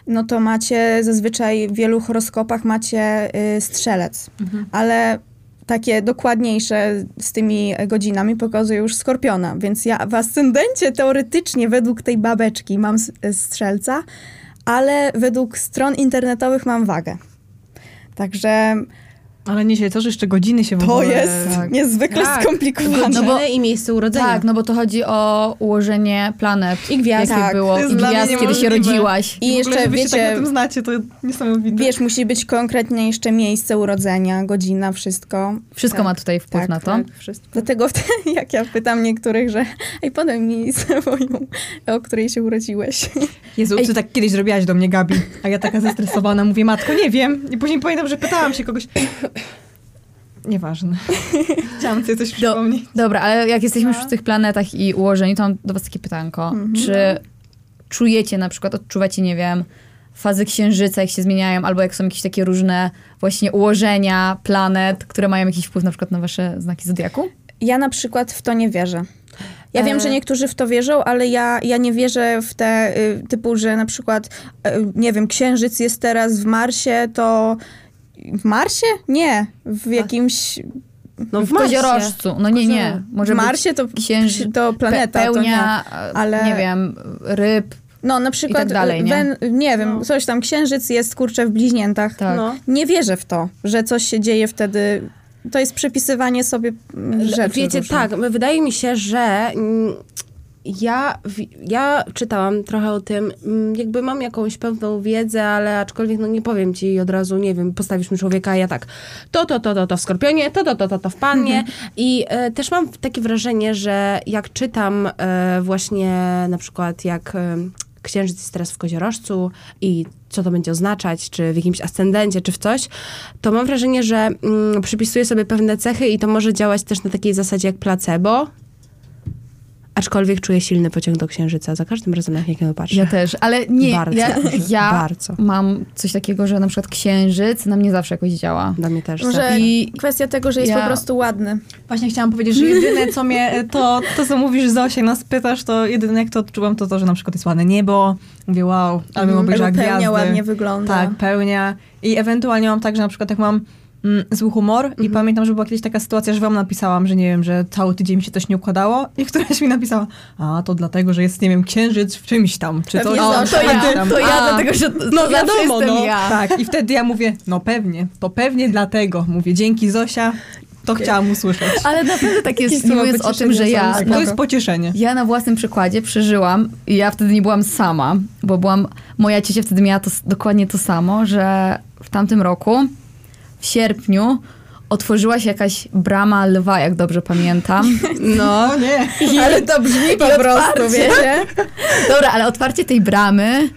Speaker 7: no to macie zazwyczaj w wielu horoskopach macie e, strzelec, ale takie dokładniejsze z tymi godzinami pokazuje już skorpiona, więc ja w ascendencie teoretycznie według tej babeczki mam s- strzelca, ale według stron internetowych mam wagę. Także
Speaker 1: Ale nie się, to, że jeszcze godziny się w
Speaker 7: to
Speaker 1: ogóle...
Speaker 7: jest niezwykle
Speaker 6: Tak.
Speaker 7: skomplikowane.
Speaker 6: No
Speaker 5: No bo-
Speaker 6: bo... i miejsce urodzenia.
Speaker 5: Tak, no bo to chodzi o ułożenie planet.
Speaker 7: I gwiazd.
Speaker 5: Jakie
Speaker 7: Tak.
Speaker 5: było,
Speaker 1: To jest
Speaker 5: i
Speaker 1: dla mnie
Speaker 5: gwiazd, kiedy się
Speaker 1: niemożliwe.
Speaker 5: rodziłaś.
Speaker 7: I
Speaker 1: w ogóle,
Speaker 7: jeszcze,
Speaker 1: żebyście tak na
Speaker 7: wiecie,
Speaker 1: tym znacie, to niesamowite.
Speaker 7: wiesz, musi być konkretnie jeszcze miejsce urodzenia, godzina, wszystko.
Speaker 5: Wszystko
Speaker 7: Tak,
Speaker 5: ma tutaj wpływ
Speaker 7: tak,
Speaker 5: na to.
Speaker 7: tak, wszystko. Dlatego wtedy, jak ja pytam niektórych, że ej, podaj mi swoją, o której się urodziłeś.
Speaker 1: Jezu, ty tak kiedyś zrobiłaś do mnie, Gabi. A ja taka zestresowana mówię, matko, nie wiem. I później pamiętam, że pytałam się kogoś. Nieważne. Chciałam sobie coś przypomnieć.
Speaker 5: Dobra, ale jak jesteśmy
Speaker 7: No.
Speaker 5: już w tych planetach i ułożeniu, to mam do was takie pytanko.
Speaker 7: Mhm.
Speaker 5: Czy czujecie na przykład, odczuwacie, nie wiem, fazy księżyca, jak się zmieniają, albo jak są jakieś takie różne właśnie ułożenia planet, które mają jakiś wpływ na przykład na wasze znaki zodiaku?
Speaker 7: Ja na przykład w to nie wierzę. Ja wiem, że
Speaker 5: E.
Speaker 7: niektórzy w to wierzą, ale ja, ja nie wierzę w te y, typu, że na przykład, y, nie wiem, księżyc jest teraz w Marsie, to w Marsie? Nie,
Speaker 5: Tak.
Speaker 7: w jakimś
Speaker 6: no w
Speaker 5: W
Speaker 6: Marsie.
Speaker 5: koziorożcu. No nie, nie. Może
Speaker 7: w Marsie to,
Speaker 5: księży-
Speaker 7: to planeta,
Speaker 5: Pe-
Speaker 7: to nie.
Speaker 5: pełnia,
Speaker 7: ale-
Speaker 5: nie wiem, ryb.
Speaker 7: No, na przykład,
Speaker 5: tak dalej, nie?
Speaker 7: Wen- nie wiem, coś tam, księżyc jest, kurczę, w bliźniętach.
Speaker 5: Tak.
Speaker 6: No.
Speaker 7: Nie wierzę w to, że coś się dzieje wtedy. To jest przepisywanie sobie mm, rzeczy.
Speaker 6: Wiecie,
Speaker 7: różnych.
Speaker 6: tak, my- wydaje mi się, że mm, ja, wi- ja czytałam trochę o tym, mm, jakby mam jakąś pewną wiedzę, ale aczkolwiek no nie powiem ci od razu, nie wiem, postawisz mi człowieka, a ja tak, to, to, to, to, to w Skorpionie, to, to, to, to, to w Pannie i e, też mam takie wrażenie, że jak czytam e, właśnie na przykład jak... E, księżyc jest teraz w koziorożcu i co to będzie oznaczać, czy w jakimś ascendencie, czy w coś, to mam wrażenie, że mm, przypisuje sobie pewne cechy i to może działać też na takiej zasadzie jak placebo. Aczkolwiek czuję silny pociąg do księżyca za każdym razem, jak na niego patrzę.
Speaker 5: Ja też, ale nie,
Speaker 6: Bardzo,
Speaker 5: ja, ja
Speaker 6: bardzo.
Speaker 5: mam coś takiego, że na przykład księżyc na mnie zawsze jakoś działa.
Speaker 6: Dla mnie też. tak.
Speaker 7: Może
Speaker 5: I-
Speaker 7: kwestia tego, że jest
Speaker 5: ja-
Speaker 7: po prostu ładny.
Speaker 1: Właśnie chciałam powiedzieć, że jedyne, co mnie, e, to, to co mówisz Zosie, nas pytasz, to jedyne, jak to odczułam, to to, że na przykład jest ładne niebo, mówię wow, albo mm, obejrzała
Speaker 7: Albo
Speaker 1: gwiazdy.
Speaker 7: pełnia ładnie wygląda.
Speaker 5: No.
Speaker 1: Tak, pełnia. I ewentualnie mam tak, że na przykład jak mam mm, zły humor i
Speaker 5: Mhm.
Speaker 1: pamiętam, że była kiedyś taka sytuacja, że wam napisałam, że nie wiem, że cały tydzień mi się coś nie układało i któraś mi napisała, a to dlatego, że jest, nie wiem, księżyc w czymś tam, czy to,
Speaker 7: Pewnie
Speaker 1: o,
Speaker 7: Zosia.
Speaker 1: czy
Speaker 7: To
Speaker 1: tam.
Speaker 5: To ja
Speaker 1: A,
Speaker 5: dlatego, że to,
Speaker 1: No
Speaker 5: to zawsze
Speaker 1: wiadomo,
Speaker 5: jestem
Speaker 1: no.
Speaker 5: ja.
Speaker 1: Tak, i wtedy ja mówię, no pewnie, to pewnie dlatego. Mówię, dzięki Zosia, to chciałam usłyszeć.
Speaker 5: Ale naprawdę tak jest,
Speaker 7: Jakieś
Speaker 5: nie
Speaker 7: słowa
Speaker 5: mówiąc o tym,
Speaker 7: pocieszenia
Speaker 5: że ja, No.
Speaker 1: Tak,
Speaker 5: na,
Speaker 1: to jest pocieszenie.
Speaker 5: ja na własnym przykładzie przeżyłam, i ja wtedy nie byłam sama, bo byłam, moja ciocia wtedy miała to, s- dokładnie to samo, że w tamtym roku, w sierpniu, otworzyła się jakaś brama lwa, jak dobrze pamiętam.
Speaker 1: No nie.
Speaker 7: Ale to brzmi po prostu, wiecie?
Speaker 5: Dobra, ale otwarcie tej bramy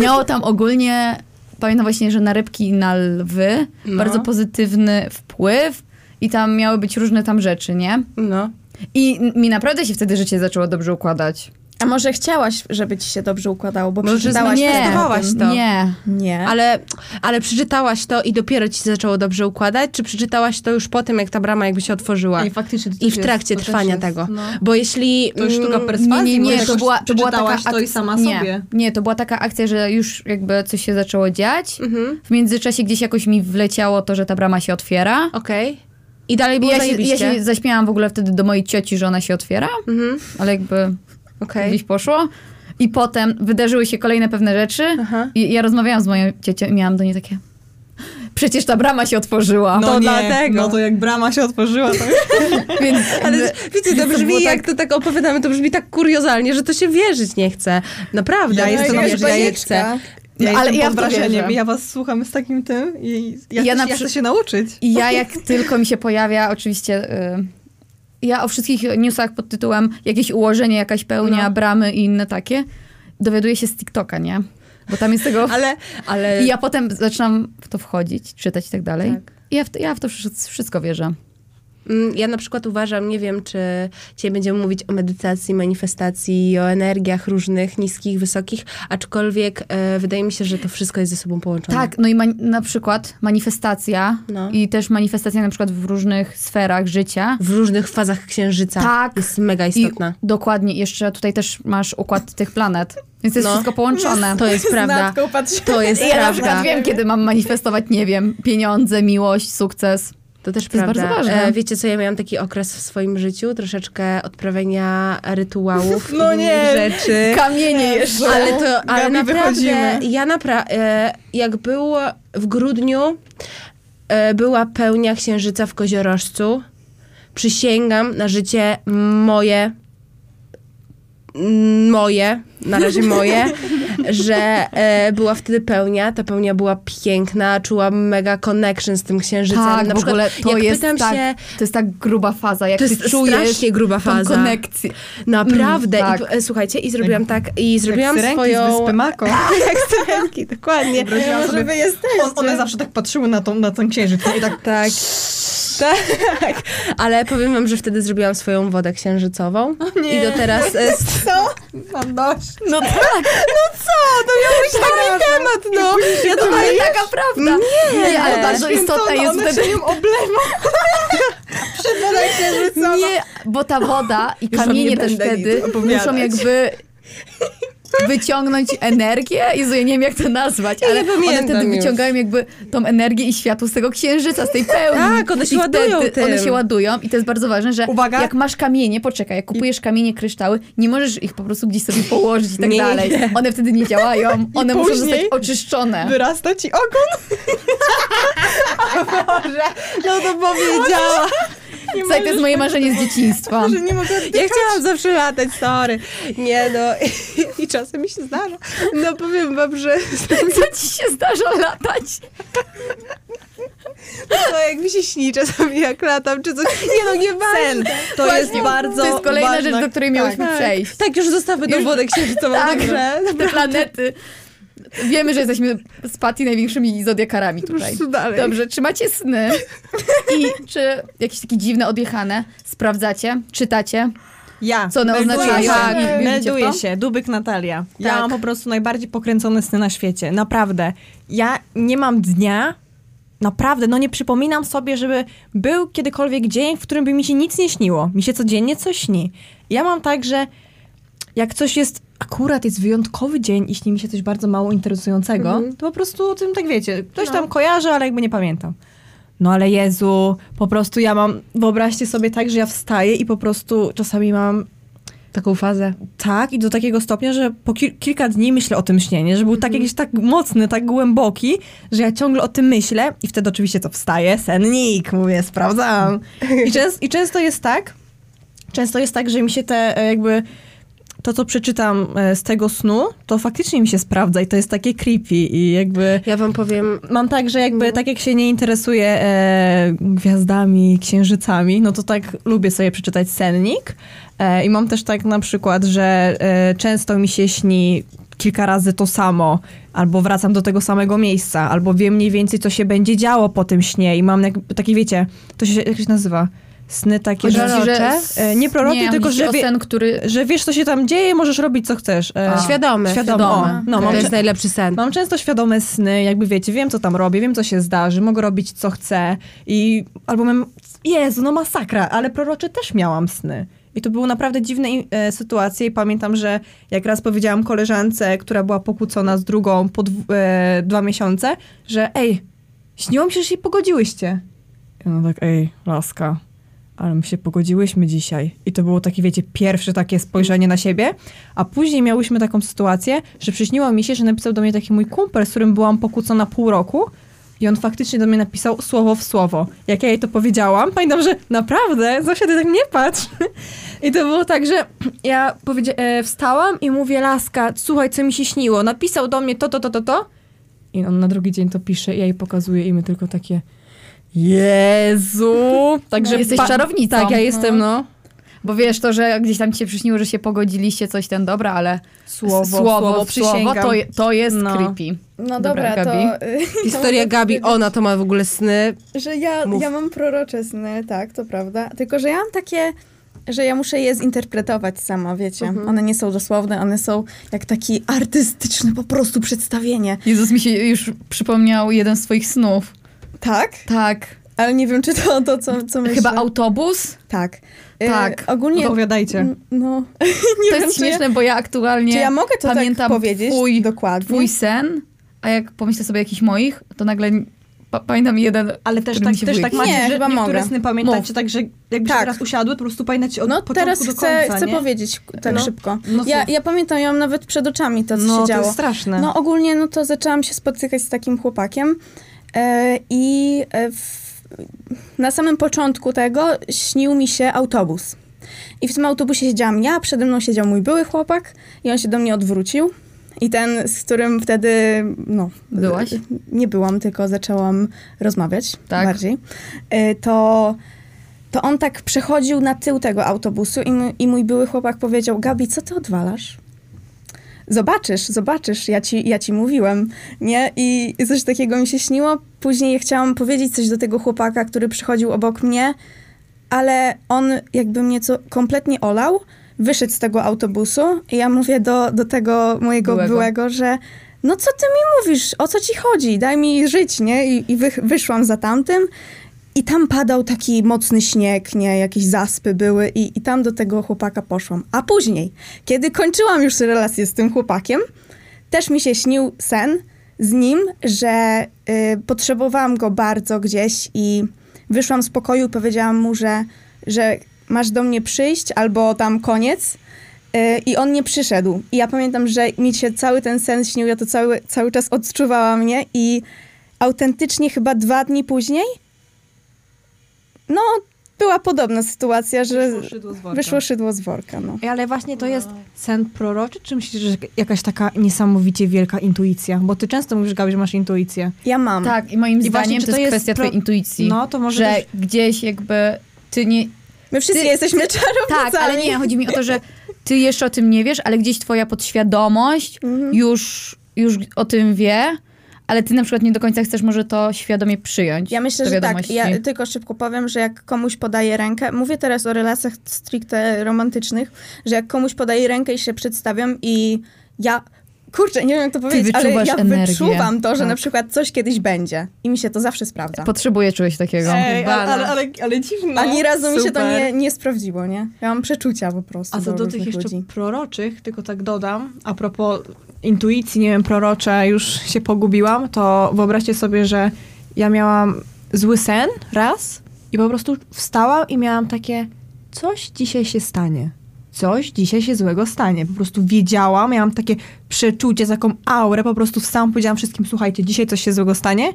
Speaker 5: miało tam ogólnie, pamiętam właśnie, że na rybki i na lwy
Speaker 7: No.
Speaker 5: bardzo pozytywny wpływ i tam miały być różne tam rzeczy, nie?
Speaker 6: No.
Speaker 5: I n- mi naprawdę się wtedy życie zaczęło dobrze układać.
Speaker 7: A może chciałaś, żeby ci się dobrze układało, bo
Speaker 6: Może
Speaker 7: przeczytałaś
Speaker 6: Nie,
Speaker 7: wtedy o tym.
Speaker 6: testowałaś to.
Speaker 5: No Nie.
Speaker 7: Nie.
Speaker 6: Ale, ale przeczytałaś to i dopiero ci się zaczęło dobrze układać, czy przeczytałaś to już po tym, jak ta brama jakby się otworzyła?
Speaker 1: I faktycznie to
Speaker 6: I
Speaker 1: też
Speaker 6: w
Speaker 1: jest-
Speaker 6: trakcie
Speaker 1: to też
Speaker 6: trwania
Speaker 1: jest,
Speaker 6: tego.
Speaker 1: no.
Speaker 6: Bo jeśli...
Speaker 1: To już sztuka
Speaker 6: mm,
Speaker 1: perswazji,
Speaker 5: nie, nie,
Speaker 1: bo
Speaker 5: nie, to
Speaker 1: jak
Speaker 5: była, to była taka
Speaker 1: przeczytałaś to i
Speaker 5: ak-
Speaker 1: sama
Speaker 5: nie,
Speaker 1: sobie.
Speaker 5: Nie, to była taka akcja, że już jakby coś się zaczęło dziać.
Speaker 6: mhm.
Speaker 5: W międzyczasie gdzieś jakoś mi wleciało to, że ta brama się otwiera.
Speaker 6: Okej. I dalej
Speaker 5: I
Speaker 6: było
Speaker 5: ja się, ja
Speaker 6: zajebiście.
Speaker 5: się zaśmiałam w ogóle wtedy do mojej cioci, że ona się otwiera, ale jakby
Speaker 6: Mhm. Okej.
Speaker 5: gdzieś poszło. I potem wydarzyły się kolejne pewne rzeczy.
Speaker 6: Aha.
Speaker 5: I ja rozmawiałam z moją ciocią i miałam do niej takie. Przecież ta brama się otworzyła.
Speaker 1: No
Speaker 6: To
Speaker 1: nie,
Speaker 6: dlatego.
Speaker 1: no to jak brama się otworzyła, to
Speaker 5: Więc
Speaker 6: Ale wiecie, to
Speaker 5: było
Speaker 6: brzmi,
Speaker 5: tak-
Speaker 6: jak to tak opowiadamy, to brzmi tak kuriozalnie, że to się wierzyć nie chce. Naprawdę.
Speaker 1: Ja jestem-
Speaker 6: wierzyć
Speaker 1: ja
Speaker 6: nie
Speaker 1: jestem-
Speaker 6: chcę.
Speaker 5: No,
Speaker 1: ja
Speaker 5: ale
Speaker 1: jestem
Speaker 5: ja
Speaker 1: pod
Speaker 5: w to
Speaker 1: wrażeniem.
Speaker 5: wierzę.
Speaker 1: Ja was słucham z takim tym i ja,
Speaker 5: Ja
Speaker 1: też,
Speaker 5: na
Speaker 1: ja
Speaker 5: przy-
Speaker 1: chcę się nauczyć.
Speaker 5: I ja jak tylko mi się pojawia, oczywiście. Y, ja o wszystkich newsach pod tytułem jakieś ułożenie, jakaś pełnia,
Speaker 6: No.
Speaker 5: bramy i inne takie, dowiaduję się z TikToka, nie? Bo tam jest tego.
Speaker 6: Ale, ale
Speaker 5: I ja potem zaczynam w to wchodzić, czytać i tak dalej. I ja w to, ja w to wszy- wszystko wierzę.
Speaker 6: mm, ja na przykład uważam, nie wiem, czy dzisiaj będziemy mówić o medytacji, manifestacji, o energiach różnych, niskich, wysokich, aczkolwiek e, wydaje mi się, że to wszystko jest ze sobą połączone.
Speaker 5: Tak, no i mani- na przykład manifestacja
Speaker 6: No.
Speaker 5: i też manifestacja na przykład w różnych sferach życia.
Speaker 6: W różnych fazach księżyca.
Speaker 5: Tak.
Speaker 6: Jest mega istotna.
Speaker 5: I dokładnie, jeszcze tutaj też masz układ tych planet, więc jest
Speaker 6: No.
Speaker 5: wszystko połączone.
Speaker 6: To jest prawda. To jest
Speaker 5: ja na
Speaker 6: prawda.
Speaker 5: przykład wiem, kiedy mam manifestować, nie wiem, pieniądze, miłość, sukces.
Speaker 6: To też
Speaker 5: To jest
Speaker 6: prawda.
Speaker 5: bardzo ważne.
Speaker 6: E, wiecie co, ja miałam taki okres w swoim życiu, troszeczkę odprawienia rytuałów
Speaker 1: No
Speaker 6: i innych
Speaker 1: nie.
Speaker 6: rzeczy.
Speaker 5: Kamienie jeszcze.
Speaker 6: Ale to, ale
Speaker 1: Gabi,
Speaker 6: naprawdę,
Speaker 1: wychodzimy.
Speaker 6: ja napra- e, jak było w grudniu, e, była pełnia księżyca w Koziorożcu, przysięgam na życie moje, m, moje, na razie moje, że e, była wtedy pełnia, ta pełnia była piękna, czułam mega connection z tym księżycem.
Speaker 5: Tak,
Speaker 6: na
Speaker 5: w ogóle to
Speaker 6: jak
Speaker 5: jest,
Speaker 6: pytam
Speaker 5: tak,
Speaker 6: się,
Speaker 5: to jest tak gruba faza, jak
Speaker 6: to
Speaker 5: ty
Speaker 6: jest
Speaker 5: czujesz
Speaker 6: strasznie gruba faza.
Speaker 5: tą konekcję.
Speaker 6: Naprawdę.
Speaker 5: Mm, tak.
Speaker 6: I, e, słuchajcie, i zrobiłam tak, i zrobiłam
Speaker 1: jak syrenki
Speaker 6: swoją...
Speaker 1: z wyspy Mako.
Speaker 6: jak syrenki, dokładnie.
Speaker 1: Wyobraziłam sobie, on, one zawsze tak patrzyły na, tą, na ten księżyc nie? i tak
Speaker 6: Tak. Tak. Ale powiem wam, że wtedy zrobiłam swoją wodę księżycową. I do teraz... e, st-
Speaker 1: mam dość.
Speaker 5: No tak,
Speaker 6: temat, no. Ja
Speaker 5: to
Speaker 6: tutaj...
Speaker 5: jest taka prawda. Nie, ale bardzo istotna
Speaker 6: no,
Speaker 5: jest
Speaker 1: one
Speaker 5: wtedy
Speaker 1: się nią oblewa. Przedwoda księżycowa.
Speaker 5: Nie, bo ta woda i
Speaker 1: wam
Speaker 5: kamienie
Speaker 1: nie
Speaker 5: też
Speaker 1: będę nic
Speaker 5: wtedy
Speaker 1: opowiadać.
Speaker 5: muszą jakby wyciągnąć energię i nie wiem jak to nazwać, ale one
Speaker 6: pamiętam
Speaker 5: wtedy
Speaker 6: już.
Speaker 5: wyciągają jakby tą energię i światło z tego księżyca, z tej pełni.
Speaker 6: Tak, one się
Speaker 5: I
Speaker 6: ładują
Speaker 5: wtedy One
Speaker 6: tym.
Speaker 5: się ładują i to jest bardzo ważne, że
Speaker 1: Uwaga.
Speaker 5: jak masz kamienie, poczekaj, jak kupujesz kamienie, kryształy, nie możesz ich po prostu gdzieś sobie położyć i tak
Speaker 6: Nie, nie,
Speaker 5: dalej. One wtedy nie działają, one muszą
Speaker 1: później
Speaker 5: zostać oczyszczone.
Speaker 1: Wyrasta ci ogon.
Speaker 6: No to powiedziała.
Speaker 5: Słuchaj, to jest moje marzenie z dzieciństwa.
Speaker 6: Ja chciałam zawsze latać, sorry. Nie no. I czasem mi się zdarza. No powiem wam, że...
Speaker 5: Co ci się zdarza latać?
Speaker 6: To jak mi się śni czasami, jak latam, czy coś. Nie no, nie
Speaker 1: Sen. To jest bardzo
Speaker 5: To jest kolejna
Speaker 1: ważna...
Speaker 5: rzecz, do której miałyśmy
Speaker 1: tak.
Speaker 5: przejść.
Speaker 6: Tak, już zostawmy tą
Speaker 5: Już-
Speaker 6: wodę księżycową,
Speaker 5: Tak.
Speaker 6: dobrze?
Speaker 5: Te planety. Wiemy, że jesteśmy z Patty największymi zodiakarami tutaj.
Speaker 6: prostu dalej.
Speaker 5: Dobrze, czy macie sny? I czy jakieś takie dziwne, odjechane? Sprawdzacie? Czytacie?
Speaker 1: Ja.
Speaker 5: Co one
Speaker 1: melduję
Speaker 5: oznaczają?
Speaker 1: się.
Speaker 5: Tak, wierzycie w
Speaker 1: Melduję
Speaker 5: to?
Speaker 1: się, Dubik Natalia. Ja
Speaker 5: Tak.
Speaker 1: mam po prostu najbardziej pokręcone sny na świecie. Naprawdę. Ja nie mam dnia, naprawdę, no nie przypominam sobie, żeby był kiedykolwiek dzień, w którym by mi się nic nie śniło. Mi się codziennie coś śni. Ja mam tak, że jak coś jest, akurat jest wyjątkowy dzień i śni mi się coś bardzo mało interesującego,
Speaker 5: Mhm.
Speaker 1: to po prostu o tym tak wiecie. Ktoś
Speaker 5: No.
Speaker 1: tam kojarzy, ale jakby nie pamiętam. No ale Jezu, po prostu ja mam, wyobraźcie sobie tak, że ja wstaję i po prostu czasami mam
Speaker 6: Taką fazę.
Speaker 1: tak, i do takiego stopnia, że po kil- kilka dni myślę o tym śnie, że był tak
Speaker 6: Mhm.
Speaker 1: jakiś tak mocny, tak głęboki, że ja ciągle o tym myślę i wtedy oczywiście to wstaje, sennik, mówię, sprawdzam. I, częs- i często jest tak, często jest tak, że mi się te e, jakby to, co przeczytam e, z tego snu, to faktycznie mi się sprawdza i to jest takie creepy i jakby
Speaker 6: Ja wam powiem,
Speaker 1: mam tak, że jakby
Speaker 5: Mhm.
Speaker 1: tak jak się nie interesuję e, gwiazdami, księżycami, no to tak lubię sobie przeczytać sennik. E, I mam też tak na przykład, że e, często mi się śni kilka razy to samo, albo wracam do tego samego miejsca, albo wiem mniej więcej, co się będzie działo po tym śnie i mam jakby, taki, wiecie, to się jak się nazywa? Sny takie,
Speaker 5: Chodzi ci,
Speaker 1: że,
Speaker 5: że-
Speaker 1: E, nie proroczy,
Speaker 5: nie,
Speaker 1: tylko
Speaker 5: chodzi ci
Speaker 1: że,
Speaker 5: o
Speaker 1: wie,
Speaker 5: sen, który...
Speaker 1: że wiesz, co się tam dzieje, możesz robić, co chcesz. E,
Speaker 5: A.
Speaker 6: świadome.
Speaker 1: Świadomo.
Speaker 5: Świadome.
Speaker 1: O, No, mam,
Speaker 6: to jest najlepszy sen.
Speaker 1: Mam często świadome sny, jakby wiecie, wiem co tam robię, wiem co się zdarzy, mogę robić co chcę i albo mam, Jezu, no masakra, ale prorocze też miałam sny. I to były naprawdę dziwne e, sytuacje i pamiętam, że jak raz powiedziałam koleżance, która była pokłócona z drugą po dw- e, dwa miesiące, że ej, śniło mi się, że się pogodziłyście. I ona tak, ej, laska, ale my się pogodziłyśmy dzisiaj. I to było takie, wiecie, pierwsze takie spojrzenie na siebie. A później miałyśmy taką sytuację, że przyśniło mi się, że napisał do mnie taki mój kumpel, z którym byłam pokłócona pół roku. I on faktycznie do mnie napisał słowo w słowo. Jak ja jej to powiedziałam, pamiętam, że naprawdę, Zosia, ty tak nie patrz. I to było tak, że ja powiedzia- e, wstałam i mówię, laska, słuchaj, co mi się śniło. Napisał do mnie to, to, to, to, to. I on na drugi dzień to pisze, i ja jej pokazuję i my tylko takie... Jezu!
Speaker 7: No,
Speaker 1: Także
Speaker 5: jesteś czarownicą.
Speaker 1: Tak, ja jestem, no.
Speaker 5: Bo wiesz, to, że gdzieś tam ci się przyśniło, że się pogodziliście, coś ten, dobra, ale
Speaker 1: Słowo,
Speaker 5: słowo,
Speaker 1: słowo,
Speaker 5: słowo to, je- to jest
Speaker 1: No.
Speaker 5: creepy. Dobra,
Speaker 7: No dobra,
Speaker 5: Gabi.
Speaker 7: to... y,
Speaker 6: Historia Gabi, ona to ma w ogóle sny.
Speaker 7: Że ja,
Speaker 6: Mów.
Speaker 7: ja mam prorocze sny, tak, to prawda. Tylko, że ja mam takie, że ja muszę je zinterpretować sama, wiecie.
Speaker 1: Mhm.
Speaker 7: One nie są dosłowne, one są jak taki artystyczne po prostu przedstawienie.
Speaker 5: Jezus mi się już przypomniał jeden z swoich snów.
Speaker 7: Tak?
Speaker 5: Tak.
Speaker 7: Ale nie wiem, czy to to, co, co myślę.
Speaker 5: Chyba autobus?
Speaker 7: Tak.
Speaker 5: Tak.
Speaker 7: E, ogólnie...
Speaker 1: Opowiadajcie.
Speaker 7: N- No, nie
Speaker 5: to
Speaker 7: wiem,
Speaker 5: jest
Speaker 7: czy ja,
Speaker 5: śmieszne, bo ja aktualnie
Speaker 7: czy ja mogę to
Speaker 5: pamiętam
Speaker 7: tak powiedzieć
Speaker 5: twój,
Speaker 7: dokładnie.
Speaker 5: twój sen, a jak pomyślę sobie jakichś moich, to nagle pa pamiętam jeden,
Speaker 1: Ale też
Speaker 5: który
Speaker 1: tak,
Speaker 5: mi się
Speaker 1: też
Speaker 5: wujek-
Speaker 1: tak macie,
Speaker 7: Nie,
Speaker 1: że
Speaker 7: chyba
Speaker 1: niektóre
Speaker 7: mogę.
Speaker 1: sny pamiętacie tak, że jakby się
Speaker 7: Tak.
Speaker 1: teraz usiadły, to po prostu pamiętacie od
Speaker 7: No
Speaker 1: początku
Speaker 7: teraz
Speaker 1: do
Speaker 7: chcę,
Speaker 1: końca,
Speaker 7: chcę
Speaker 1: nie?
Speaker 7: powiedzieć tak
Speaker 1: No.
Speaker 7: szybko.
Speaker 1: No,
Speaker 7: ja,
Speaker 1: co-
Speaker 7: ja pamiętam, ja mam nawet przed oczami to, co
Speaker 1: no
Speaker 7: się
Speaker 1: to
Speaker 7: działo.
Speaker 1: jest straszne.
Speaker 7: No ogólnie no to zaczęłam się spotykać z takim chłopakiem e, i e, w, na samym początku tego śnił mi się autobus. I w tym autobusie siedziałam ja, przede mną siedział mój były chłopak i on się do mnie odwrócił. I ten, z którym wtedy, no...
Speaker 5: Byłaś?
Speaker 7: e, Nie byłam, tylko zaczęłam rozmawiać
Speaker 5: Tak.
Speaker 7: bardziej. E, To, to on tak przechodził na tył tego autobusu i, m- i mój były chłopak powiedział, Gabi, co ty odwalasz? zobaczysz, zobaczysz, ja ci, ja ci mówiłem, nie? I coś takiego mi się śniło. Później chciałam powiedzieć coś do tego chłopaka, który przychodził obok mnie, ale on jakby mnie co, kompletnie olał, wyszedł z tego autobusu i ja mówię do, do tego mojego
Speaker 5: Byłego.
Speaker 7: byłego. że no co ty mi mówisz, o co ci chodzi, daj mi żyć, nie? I, i wych- wyszłam za tamtym i tam padał taki mocny śnieg, nie, jakieś zaspy były i, i tam do tego chłopaka poszłam. A później, kiedy kończyłam już relację z tym chłopakiem, też mi się śnił sen z nim, że y, potrzebowałam go bardzo gdzieś i wyszłam z pokoju i powiedziałam mu, że, że masz do mnie przyjść albo tam koniec. Y, I on nie przyszedł. I ja pamiętam, że mi się cały ten sen śnił, ja to cały, cały czas odczuwałam, nie? I autentycznie chyba dwa dni później no, była podobna sytuacja, że
Speaker 1: Wyszło szydło z worka.
Speaker 7: wyszło szydło z worka. No.
Speaker 1: Ej, Ale właśnie to jest sen proroczy, czy myślisz, że jakaś taka niesamowicie wielka intuicja? Bo ty często mówisz, Gabi, że masz intuicję.
Speaker 7: Ja mam.
Speaker 5: Tak, i moim
Speaker 1: I
Speaker 5: zdaniem
Speaker 1: właśnie, czy
Speaker 5: to jest,
Speaker 1: to jest
Speaker 5: kwestia
Speaker 1: pro-
Speaker 5: twojej intuicji.
Speaker 1: No, to może
Speaker 5: Że
Speaker 1: też-
Speaker 5: gdzieś jakby ty nie...
Speaker 7: My wszyscy jesteśmy czarownicami.
Speaker 5: Tak, ale nie, chodzi mi o to, że ty jeszcze o tym nie wiesz, ale gdzieś twoja podświadomość już, już o tym wie, ale ty na przykład nie do końca chcesz może to świadomie przyjąć.
Speaker 7: Ja myślę,
Speaker 5: do
Speaker 7: że tak.
Speaker 5: wiadomości.
Speaker 7: Ja tylko szybko powiem, że jak komuś podaje rękę, mówię teraz o relacjach stricte romantycznych, że jak komuś podaje rękę i się przedstawiam i ja, kurczę, nie wiem jak to powiedzieć, ale
Speaker 5: wyczuwasz
Speaker 7: ja
Speaker 5: energię.
Speaker 7: wyczuwam to, że
Speaker 5: Tak.
Speaker 7: na przykład coś kiedyś będzie i mi się to zawsze sprawdza.
Speaker 5: Potrzebuję czegoś takiego.
Speaker 1: Ej, ale, ale, ale, ale dziwne.
Speaker 5: No,
Speaker 7: Ani razu mi się to
Speaker 1: Super.
Speaker 7: nie, nie sprawdziło, nie? Ja mam przeczucia po prostu
Speaker 1: A co do tych
Speaker 7: różnych
Speaker 1: jeszcze
Speaker 7: ludzi.
Speaker 1: proroczych, tylko tak dodam, a propos intuicji, nie wiem, prorocze, już się pogubiłam, to wyobraźcie sobie, że ja miałam zły sen raz i po prostu wstałam i miałam takie, coś dzisiaj się stanie. Coś dzisiaj się złego stanie. Po prostu wiedziałam, miałam takie przeczucie, taką aurę, po prostu wstałam, powiedziałam wszystkim, słuchajcie, dzisiaj coś się złego stanie.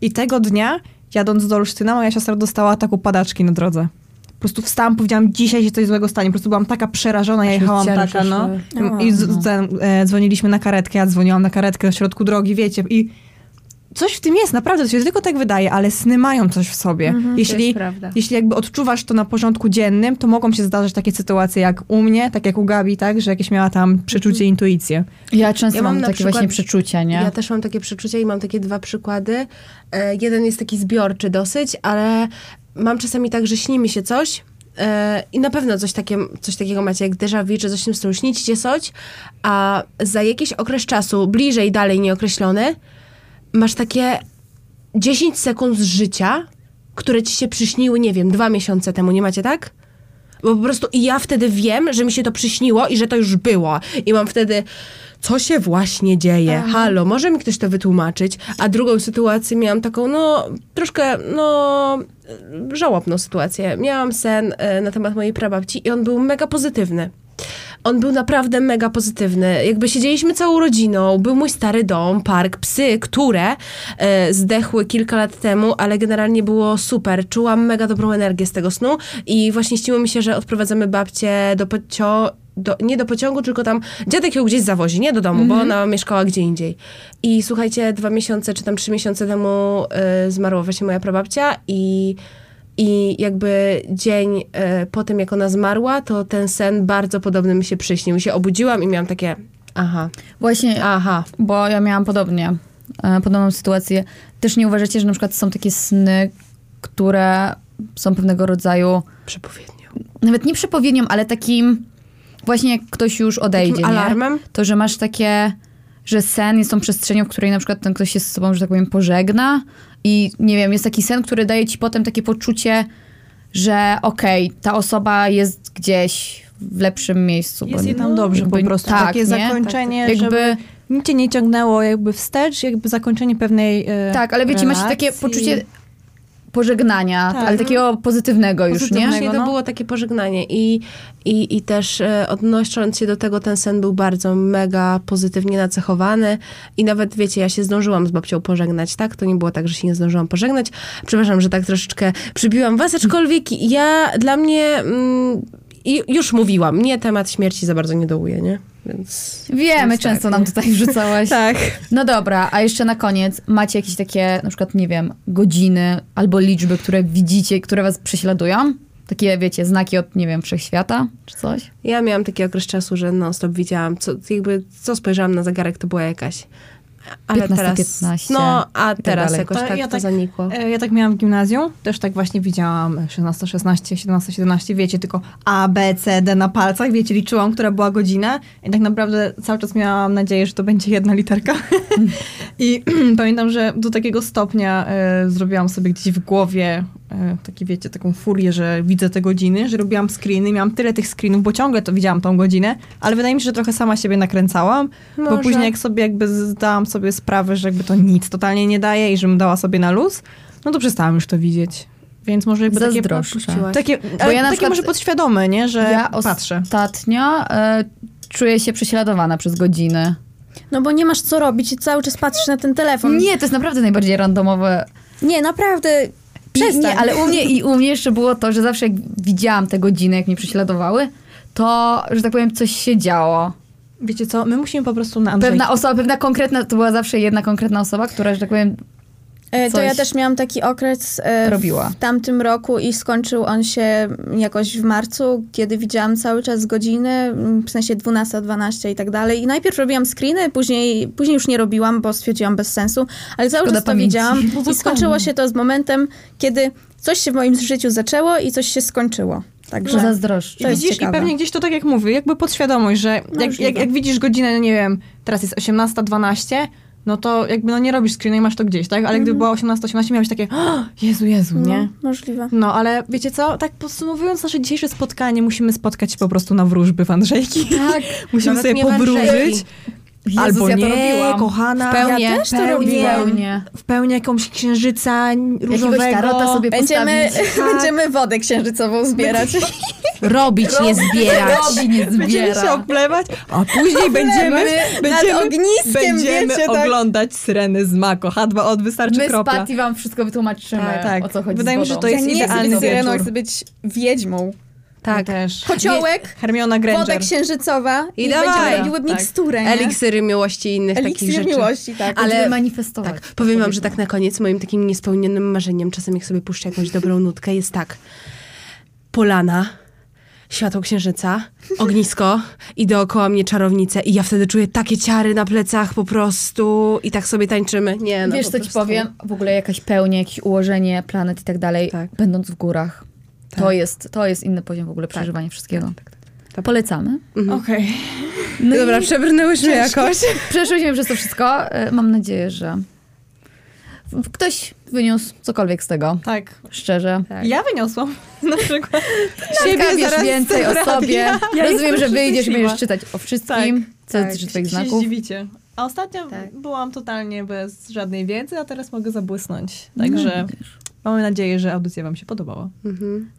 Speaker 1: I tego dnia, jadąc do Olsztyna, moja siostra dostała ataku padaczki na drodze. Po prostu wstałam, powiedziałam, dzisiaj się coś złego stanie. Po prostu byłam taka przerażona, ja jechałam
Speaker 5: ciarki
Speaker 1: taka, no.
Speaker 7: szły.
Speaker 1: I z, ten, e, dzwoniliśmy na karetkę, ja dzwoniłam na karetkę na środku drogi, wiecie. I coś w tym jest, naprawdę, to się tylko tak wydaje, ale sny mają coś w sobie.
Speaker 5: Mhm,
Speaker 1: jeśli,
Speaker 4: prawda.
Speaker 1: jeśli jakby odczuwasz to na porządku dziennym, to mogą się zdarzać takie sytuacje jak u mnie, tak jak u Gabi, tak, że jakieś miała tam
Speaker 5: Mhm.
Speaker 1: przeczucie, intuicję.
Speaker 5: Ja często
Speaker 6: Ja mam
Speaker 5: mam,
Speaker 6: na
Speaker 5: takie
Speaker 6: przykład-
Speaker 5: właśnie przeczucia, nie?
Speaker 6: Ja też mam takie przeczucia i mam takie dwa przykłady. E, jeden jest taki zbiorczy dosyć, ale mam czasami tak, że śni mi się coś e, i na pewno coś, takie, coś takiego macie jak déjà vu, czy coś w tym stylu. Śni ci się coś, a za jakiś okres czasu, bliżej, dalej nieokreślony, masz takie 10 sekund z życia, które ci się przyśniły, nie wiem, dwa miesiące temu, nie macie tak? Bo po prostu i ja wtedy wiem, że mi się to przyśniło i że to już było. I mam wtedy, co się właśnie dzieje? Halo, może mi ktoś to wytłumaczyć? A drugą sytuację miałam taką, no, troszkę, no, żałobną sytuację. Miałam sen e, na temat mojej prababci i on był mega pozytywny. On był naprawdę mega pozytywny. Jakby siedzieliśmy całą rodziną, był mój stary dom, park, psy, które e, zdechły kilka lat temu, ale generalnie było super. Czułam mega dobrą energię z tego snu i właśnie śniło mi się, że odprowadzamy babcię do pociągu. Do, nie do pociągu, tylko tam dziadek ją gdzieś zawozi, nie do domu, bo ona mieszkała gdzie indziej. I słuchajcie, dwa miesiące czy tam trzy miesiące temu e, zmarła właśnie moja prababcia i i jakby dzień e, po tym, jak ona zmarła, to ten sen bardzo podobny mi się przyśnił. I się obudziłam i miałam takie, aha,
Speaker 5: Właśnie,
Speaker 6: aha.
Speaker 5: bo ja miałam podobnie, e, podobną sytuację. Też nie uważacie, że na przykład są takie sny, które są pewnego rodzaju,
Speaker 6: Przepowiednio.
Speaker 5: nawet nie przepowiednią, ale takim właśnie jak ktoś już odejdzie,
Speaker 6: Takim
Speaker 5: nie?
Speaker 6: alarmem?
Speaker 5: To, że masz takie, że sen jest tą przestrzenią, w której na przykład ten ktoś się z sobą, że tak powiem, pożegna i nie wiem, jest taki sen, który daje ci potem takie poczucie, że okej, ta osoba jest gdzieś w lepszym miejscu.
Speaker 1: Jest
Speaker 5: bo-
Speaker 1: jej tam dobrze
Speaker 5: jakby-
Speaker 1: po prostu.
Speaker 5: tak,
Speaker 1: Takie
Speaker 5: nie?
Speaker 1: zakończenie,
Speaker 5: Jakby-
Speaker 1: żeby nic cię nie ciągnęło jakby wstecz, jakby zakończenie pewnej e,
Speaker 5: Tak, ale wiecie, masz takie
Speaker 1: relacji.
Speaker 5: poczucie pożegnania,
Speaker 1: Tak.
Speaker 5: ale takiego pozytywnego już,
Speaker 1: Pozytywnego.
Speaker 5: nie?
Speaker 6: Właśnie to
Speaker 1: no.
Speaker 6: było takie pożegnanie i, i, i też e, odnosząc się do tego, ten sen był bardzo mega pozytywnie nacechowany i nawet, wiecie, ja się zdążyłam z babcią pożegnać, tak? To nie było tak, że się nie zdążyłam pożegnać. Przepraszam, że tak troszeczkę przybiłam was, aczkolwiek ja, dla mnie, mm, i- już mówiłam, mnie temat śmierci za bardzo nie dołuje, nie? Więc...
Speaker 5: Wiemy,
Speaker 6: więc tak,
Speaker 5: często
Speaker 6: nie?
Speaker 5: nam tutaj wrzucałaś.
Speaker 1: Tak.
Speaker 5: No dobra, a jeszcze na koniec, macie jakieś takie, na przykład, nie wiem, godziny albo liczby, które widzicie, które was prześladują? Takie, wiecie, znaki od, nie wiem, wszechświata czy coś?
Speaker 6: Ja miałam taki okres czasu, że non-stop widziałam, co, jakby, co spojrzałam na zegarek, to była jakaś. Ale
Speaker 5: 15,
Speaker 6: teraz,
Speaker 5: 15
Speaker 6: no, a
Speaker 5: i tak
Speaker 6: teraz
Speaker 5: dalej.
Speaker 6: jakoś
Speaker 1: To
Speaker 6: tak
Speaker 1: ja
Speaker 6: to
Speaker 1: tak-
Speaker 6: zanikło.
Speaker 1: E, Ja tak miałam w gimnazjum, też tak właśnie widziałam 16, 16, 17, 17, wiecie, tylko A, B, C, D na palcach, wiecie, liczyłam, która była godzina i tak naprawdę cały czas miałam nadzieję, że to będzie jedna literka. I pamiętam, że do takiego stopnia e, zrobiłam sobie gdzieś w głowie e, taki, wiecie, taką furię, że widzę te godziny, że robiłam screeny, miałam tyle tych screenów, bo ciągle to widziałam tą godzinę, ale wydaje mi się, że trochę sama siebie nakręcałam, bo
Speaker 6: Może.
Speaker 1: później jak sobie jakby zdałam sobie sprawę, że jakby to nic totalnie nie daje i żebym dała sobie na luz, no to przestałam już to widzieć. Więc może jakby takie...
Speaker 5: Zazdroszczę.
Speaker 1: Takie, ale
Speaker 5: ja na
Speaker 1: takie
Speaker 5: przykład-
Speaker 1: może podświadome, nie? Że
Speaker 5: Ja
Speaker 1: patrzę.
Speaker 5: ostatnio e, czuję się prześladowana przez godziny.
Speaker 7: No bo nie masz co robić i cały czas patrzysz na ten telefon.
Speaker 5: Nie, to jest naprawdę najbardziej randomowe.
Speaker 7: nie naprawdę.
Speaker 5: Nie,
Speaker 7: Przestań.
Speaker 5: nie, ale u mnie i u mnie jeszcze było to, że zawsze jak widziałam te godziny, jak mnie prześladowały, to, że tak powiem, coś się działo.
Speaker 1: Wiecie co, my musimy po prostu na Andrzejki.
Speaker 5: Pewna osoba, pewna konkretna, to była zawsze jedna konkretna osoba, która, że tak powiem,
Speaker 7: E, To
Speaker 5: coś
Speaker 7: ja też miałam taki okres e,
Speaker 5: robiła.
Speaker 7: w tamtym roku i skończył on się jakoś w marcu, kiedy widziałam cały czas godziny, m, w sensie 12, 12 i tak dalej. I najpierw robiłam screeny, później, później już nie robiłam, bo stwierdziłam bez sensu, ale cały
Speaker 5: Szkoda
Speaker 7: czas to
Speaker 5: pamięci.
Speaker 7: widziałam i skończyło się to z momentem, kiedy coś się w moim życiu zaczęło i coś się skończyło.
Speaker 5: że
Speaker 7: Także
Speaker 5: zazdroszczę.
Speaker 7: to jest
Speaker 1: No, Widzisz, i
Speaker 7: ciekawe.
Speaker 1: pewnie gdzieś to tak jak mówię, jakby podświadomość, że jak,
Speaker 7: możliwe.
Speaker 1: jak, jak widzisz godzinę, no nie wiem, teraz jest 18.12, no to jakby no nie robisz screena i masz to gdzieś, tak? Ale gdy była 18.18, miałeś takie, "O, Jezu, Jezu, nie?
Speaker 7: no, możliwe.
Speaker 1: No, ale wiecie co? Tak podsumowując nasze dzisiejsze spotkanie, musimy spotkać się po prostu na wróżby w Andrzejki.
Speaker 5: Tak.
Speaker 1: Musimy
Speaker 6: Nawet
Speaker 1: sobie
Speaker 6: nie w
Speaker 1: powróżyć.
Speaker 6: Andrzejki.
Speaker 5: Jezus,
Speaker 1: Albo
Speaker 5: ja to
Speaker 1: nie,
Speaker 5: robiłam.
Speaker 1: kochana.
Speaker 5: W pełni,
Speaker 1: Ja też to
Speaker 5: pełni,
Speaker 1: robiłam.
Speaker 5: pełnie.
Speaker 1: w pełni jakąś księżyca różowego.
Speaker 5: Jakiegoś tarota sobie
Speaker 7: Będziemy,
Speaker 5: postawić.
Speaker 7: będziemy wodę księżycową zbierać.
Speaker 5: Robić, nie zbierać. Robi, nie
Speaker 1: Będziemy się
Speaker 5: zbiera.
Speaker 1: oplewać, a później będziemy, będziemy,
Speaker 7: nad ogniskiem,
Speaker 1: będziemy
Speaker 7: wiecie, tak.
Speaker 1: oglądać syreny z Mako. H2O, wystarczy
Speaker 5: My z
Speaker 1: kropla.
Speaker 5: Patty wam wszystko wytłumaczymy,
Speaker 1: Tak, tak.
Speaker 5: o co chodzi
Speaker 1: Wydaje
Speaker 5: z
Speaker 1: mi się,
Speaker 5: wodą.
Speaker 1: że to jest
Speaker 7: ja nie chcę
Speaker 1: idealny
Speaker 7: być syreną,
Speaker 1: wieczór.
Speaker 7: chcę być wiedźmą.
Speaker 1: Tak. Też.
Speaker 7: Kociołek,
Speaker 1: Hermiona
Speaker 7: woda
Speaker 1: Granger.
Speaker 7: księżycowa i,
Speaker 6: I dawaj.
Speaker 7: będziemy robiły
Speaker 1: Tak.
Speaker 7: miksturę, nie?
Speaker 6: Eliksiry miłości i innych takich
Speaker 7: Eliksir
Speaker 6: rzeczy.
Speaker 7: miłości, tak.
Speaker 6: ale-
Speaker 5: Będziemy manifestować.
Speaker 6: Tak, powiem wam, że tak na koniec moim takim niespełnionym marzeniem, czasem jak sobie puszczę jakąś dobrą nutkę, jest tak. Polana, światło księżyca, ognisko i dookoła mnie czarownice i ja wtedy czuję takie ciary na plecach po prostu i tak sobie tańczymy. Nie, no
Speaker 5: Wiesz,
Speaker 6: po
Speaker 5: co ci
Speaker 6: prostu.
Speaker 5: powiem? W ogóle jakaś pełnia, jakieś ułożenie planet i tak dalej,
Speaker 6: Tak.
Speaker 5: będąc w górach. To, jest, to jest inny poziom w ogóle przeżywania wszystkiego. Polecamy.
Speaker 1: Okej.
Speaker 5: No
Speaker 6: Dobra,
Speaker 5: i
Speaker 6: przebrnęłyśmy jakoś.
Speaker 5: przeszłyśmy przez to wszystko. E, Mam nadzieję, że w- ktoś wyniósł cokolwiek z tego.
Speaker 1: Tak.
Speaker 5: Szczerze.
Speaker 1: Ja wyniosłam na przykład.
Speaker 5: Siebie wiesz
Speaker 1: zaraz
Speaker 5: więcej o
Speaker 1: zrobię.
Speaker 5: sobie.
Speaker 1: Ja
Speaker 5: Rozumiem,
Speaker 1: jestem
Speaker 5: że wyjdziesz i
Speaker 1: szczęśliwa.
Speaker 5: będziesz czytać o wszystkim, co
Speaker 1: Tak,
Speaker 5: dotyczy
Speaker 1: się
Speaker 5: twoich znaków.
Speaker 1: zdziwicie. A ostatnio
Speaker 5: Tak.
Speaker 1: byłam totalnie bez żadnej wiedzy, a teraz mogę zabłysnąć. Także mamy nadzieję, że audycja wam się podobała.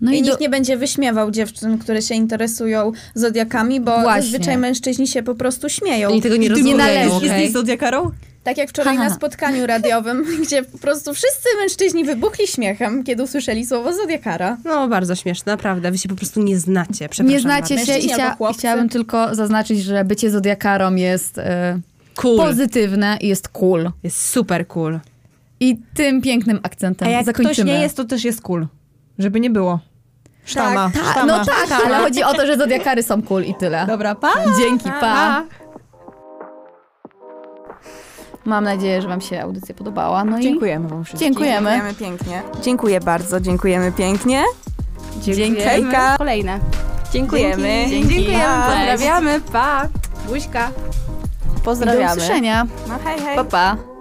Speaker 5: No
Speaker 7: I
Speaker 5: i do...
Speaker 7: nikt nie będzie wyśmiewał dziewczyn, które się interesują zodiakami, bo
Speaker 5: Właśnie.
Speaker 7: zazwyczaj mężczyźni się po prostu śmieją.
Speaker 6: Oni tego nie rozumieją.
Speaker 5: należy.
Speaker 1: Jest
Speaker 5: Okej.
Speaker 1: okay. z Zodiakarą?
Speaker 7: Tak jak wczoraj
Speaker 5: Haha.
Speaker 7: na spotkaniu radiowym, gdzie po prostu wszyscy mężczyźni wybuchli śmiechem, kiedy usłyszeli słowo zodiakara.
Speaker 6: No, bardzo śmieszne, naprawdę. Wy się po prostu nie znacie. Przepraszam
Speaker 5: Nie znacie
Speaker 6: bardzo.
Speaker 5: się i
Speaker 7: Mężczyźni albo
Speaker 5: chcia...
Speaker 7: chłopcy.
Speaker 5: chciałabym tylko zaznaczyć, że bycie zodiakarą jest e,
Speaker 6: Cool.
Speaker 5: pozytywne i jest cool.
Speaker 6: Jest super cool.
Speaker 5: I tym pięknym akcentem
Speaker 1: A jak
Speaker 5: zakończymy.
Speaker 1: ktoś nie jest, to też jest cool. Żeby nie było. Sztama.
Speaker 5: Ta,
Speaker 1: sztama.
Speaker 5: no tak, ale chodzi o to, że zodiakary są cool i tyle.
Speaker 1: Dobra, pa!
Speaker 5: Dzięki, pa. Mam nadzieję, że wam się audycja podobała. No
Speaker 1: Dziękujemy wam
Speaker 5: i
Speaker 1: wszystkim.
Speaker 5: dziękujemy.
Speaker 2: pięknie. Dziękuję bardzo, dziękujemy pięknie.
Speaker 5: Dzięki.
Speaker 2: Hejka.
Speaker 4: Kolejne.
Speaker 2: Dziękujemy.
Speaker 5: Dziękujemy.
Speaker 4: Pozdrawiamy, pa. Buźka.
Speaker 5: Do
Speaker 2: Pozdrawiamy.
Speaker 5: usłyszenia.
Speaker 4: No hej, hej.
Speaker 5: Pa, pa.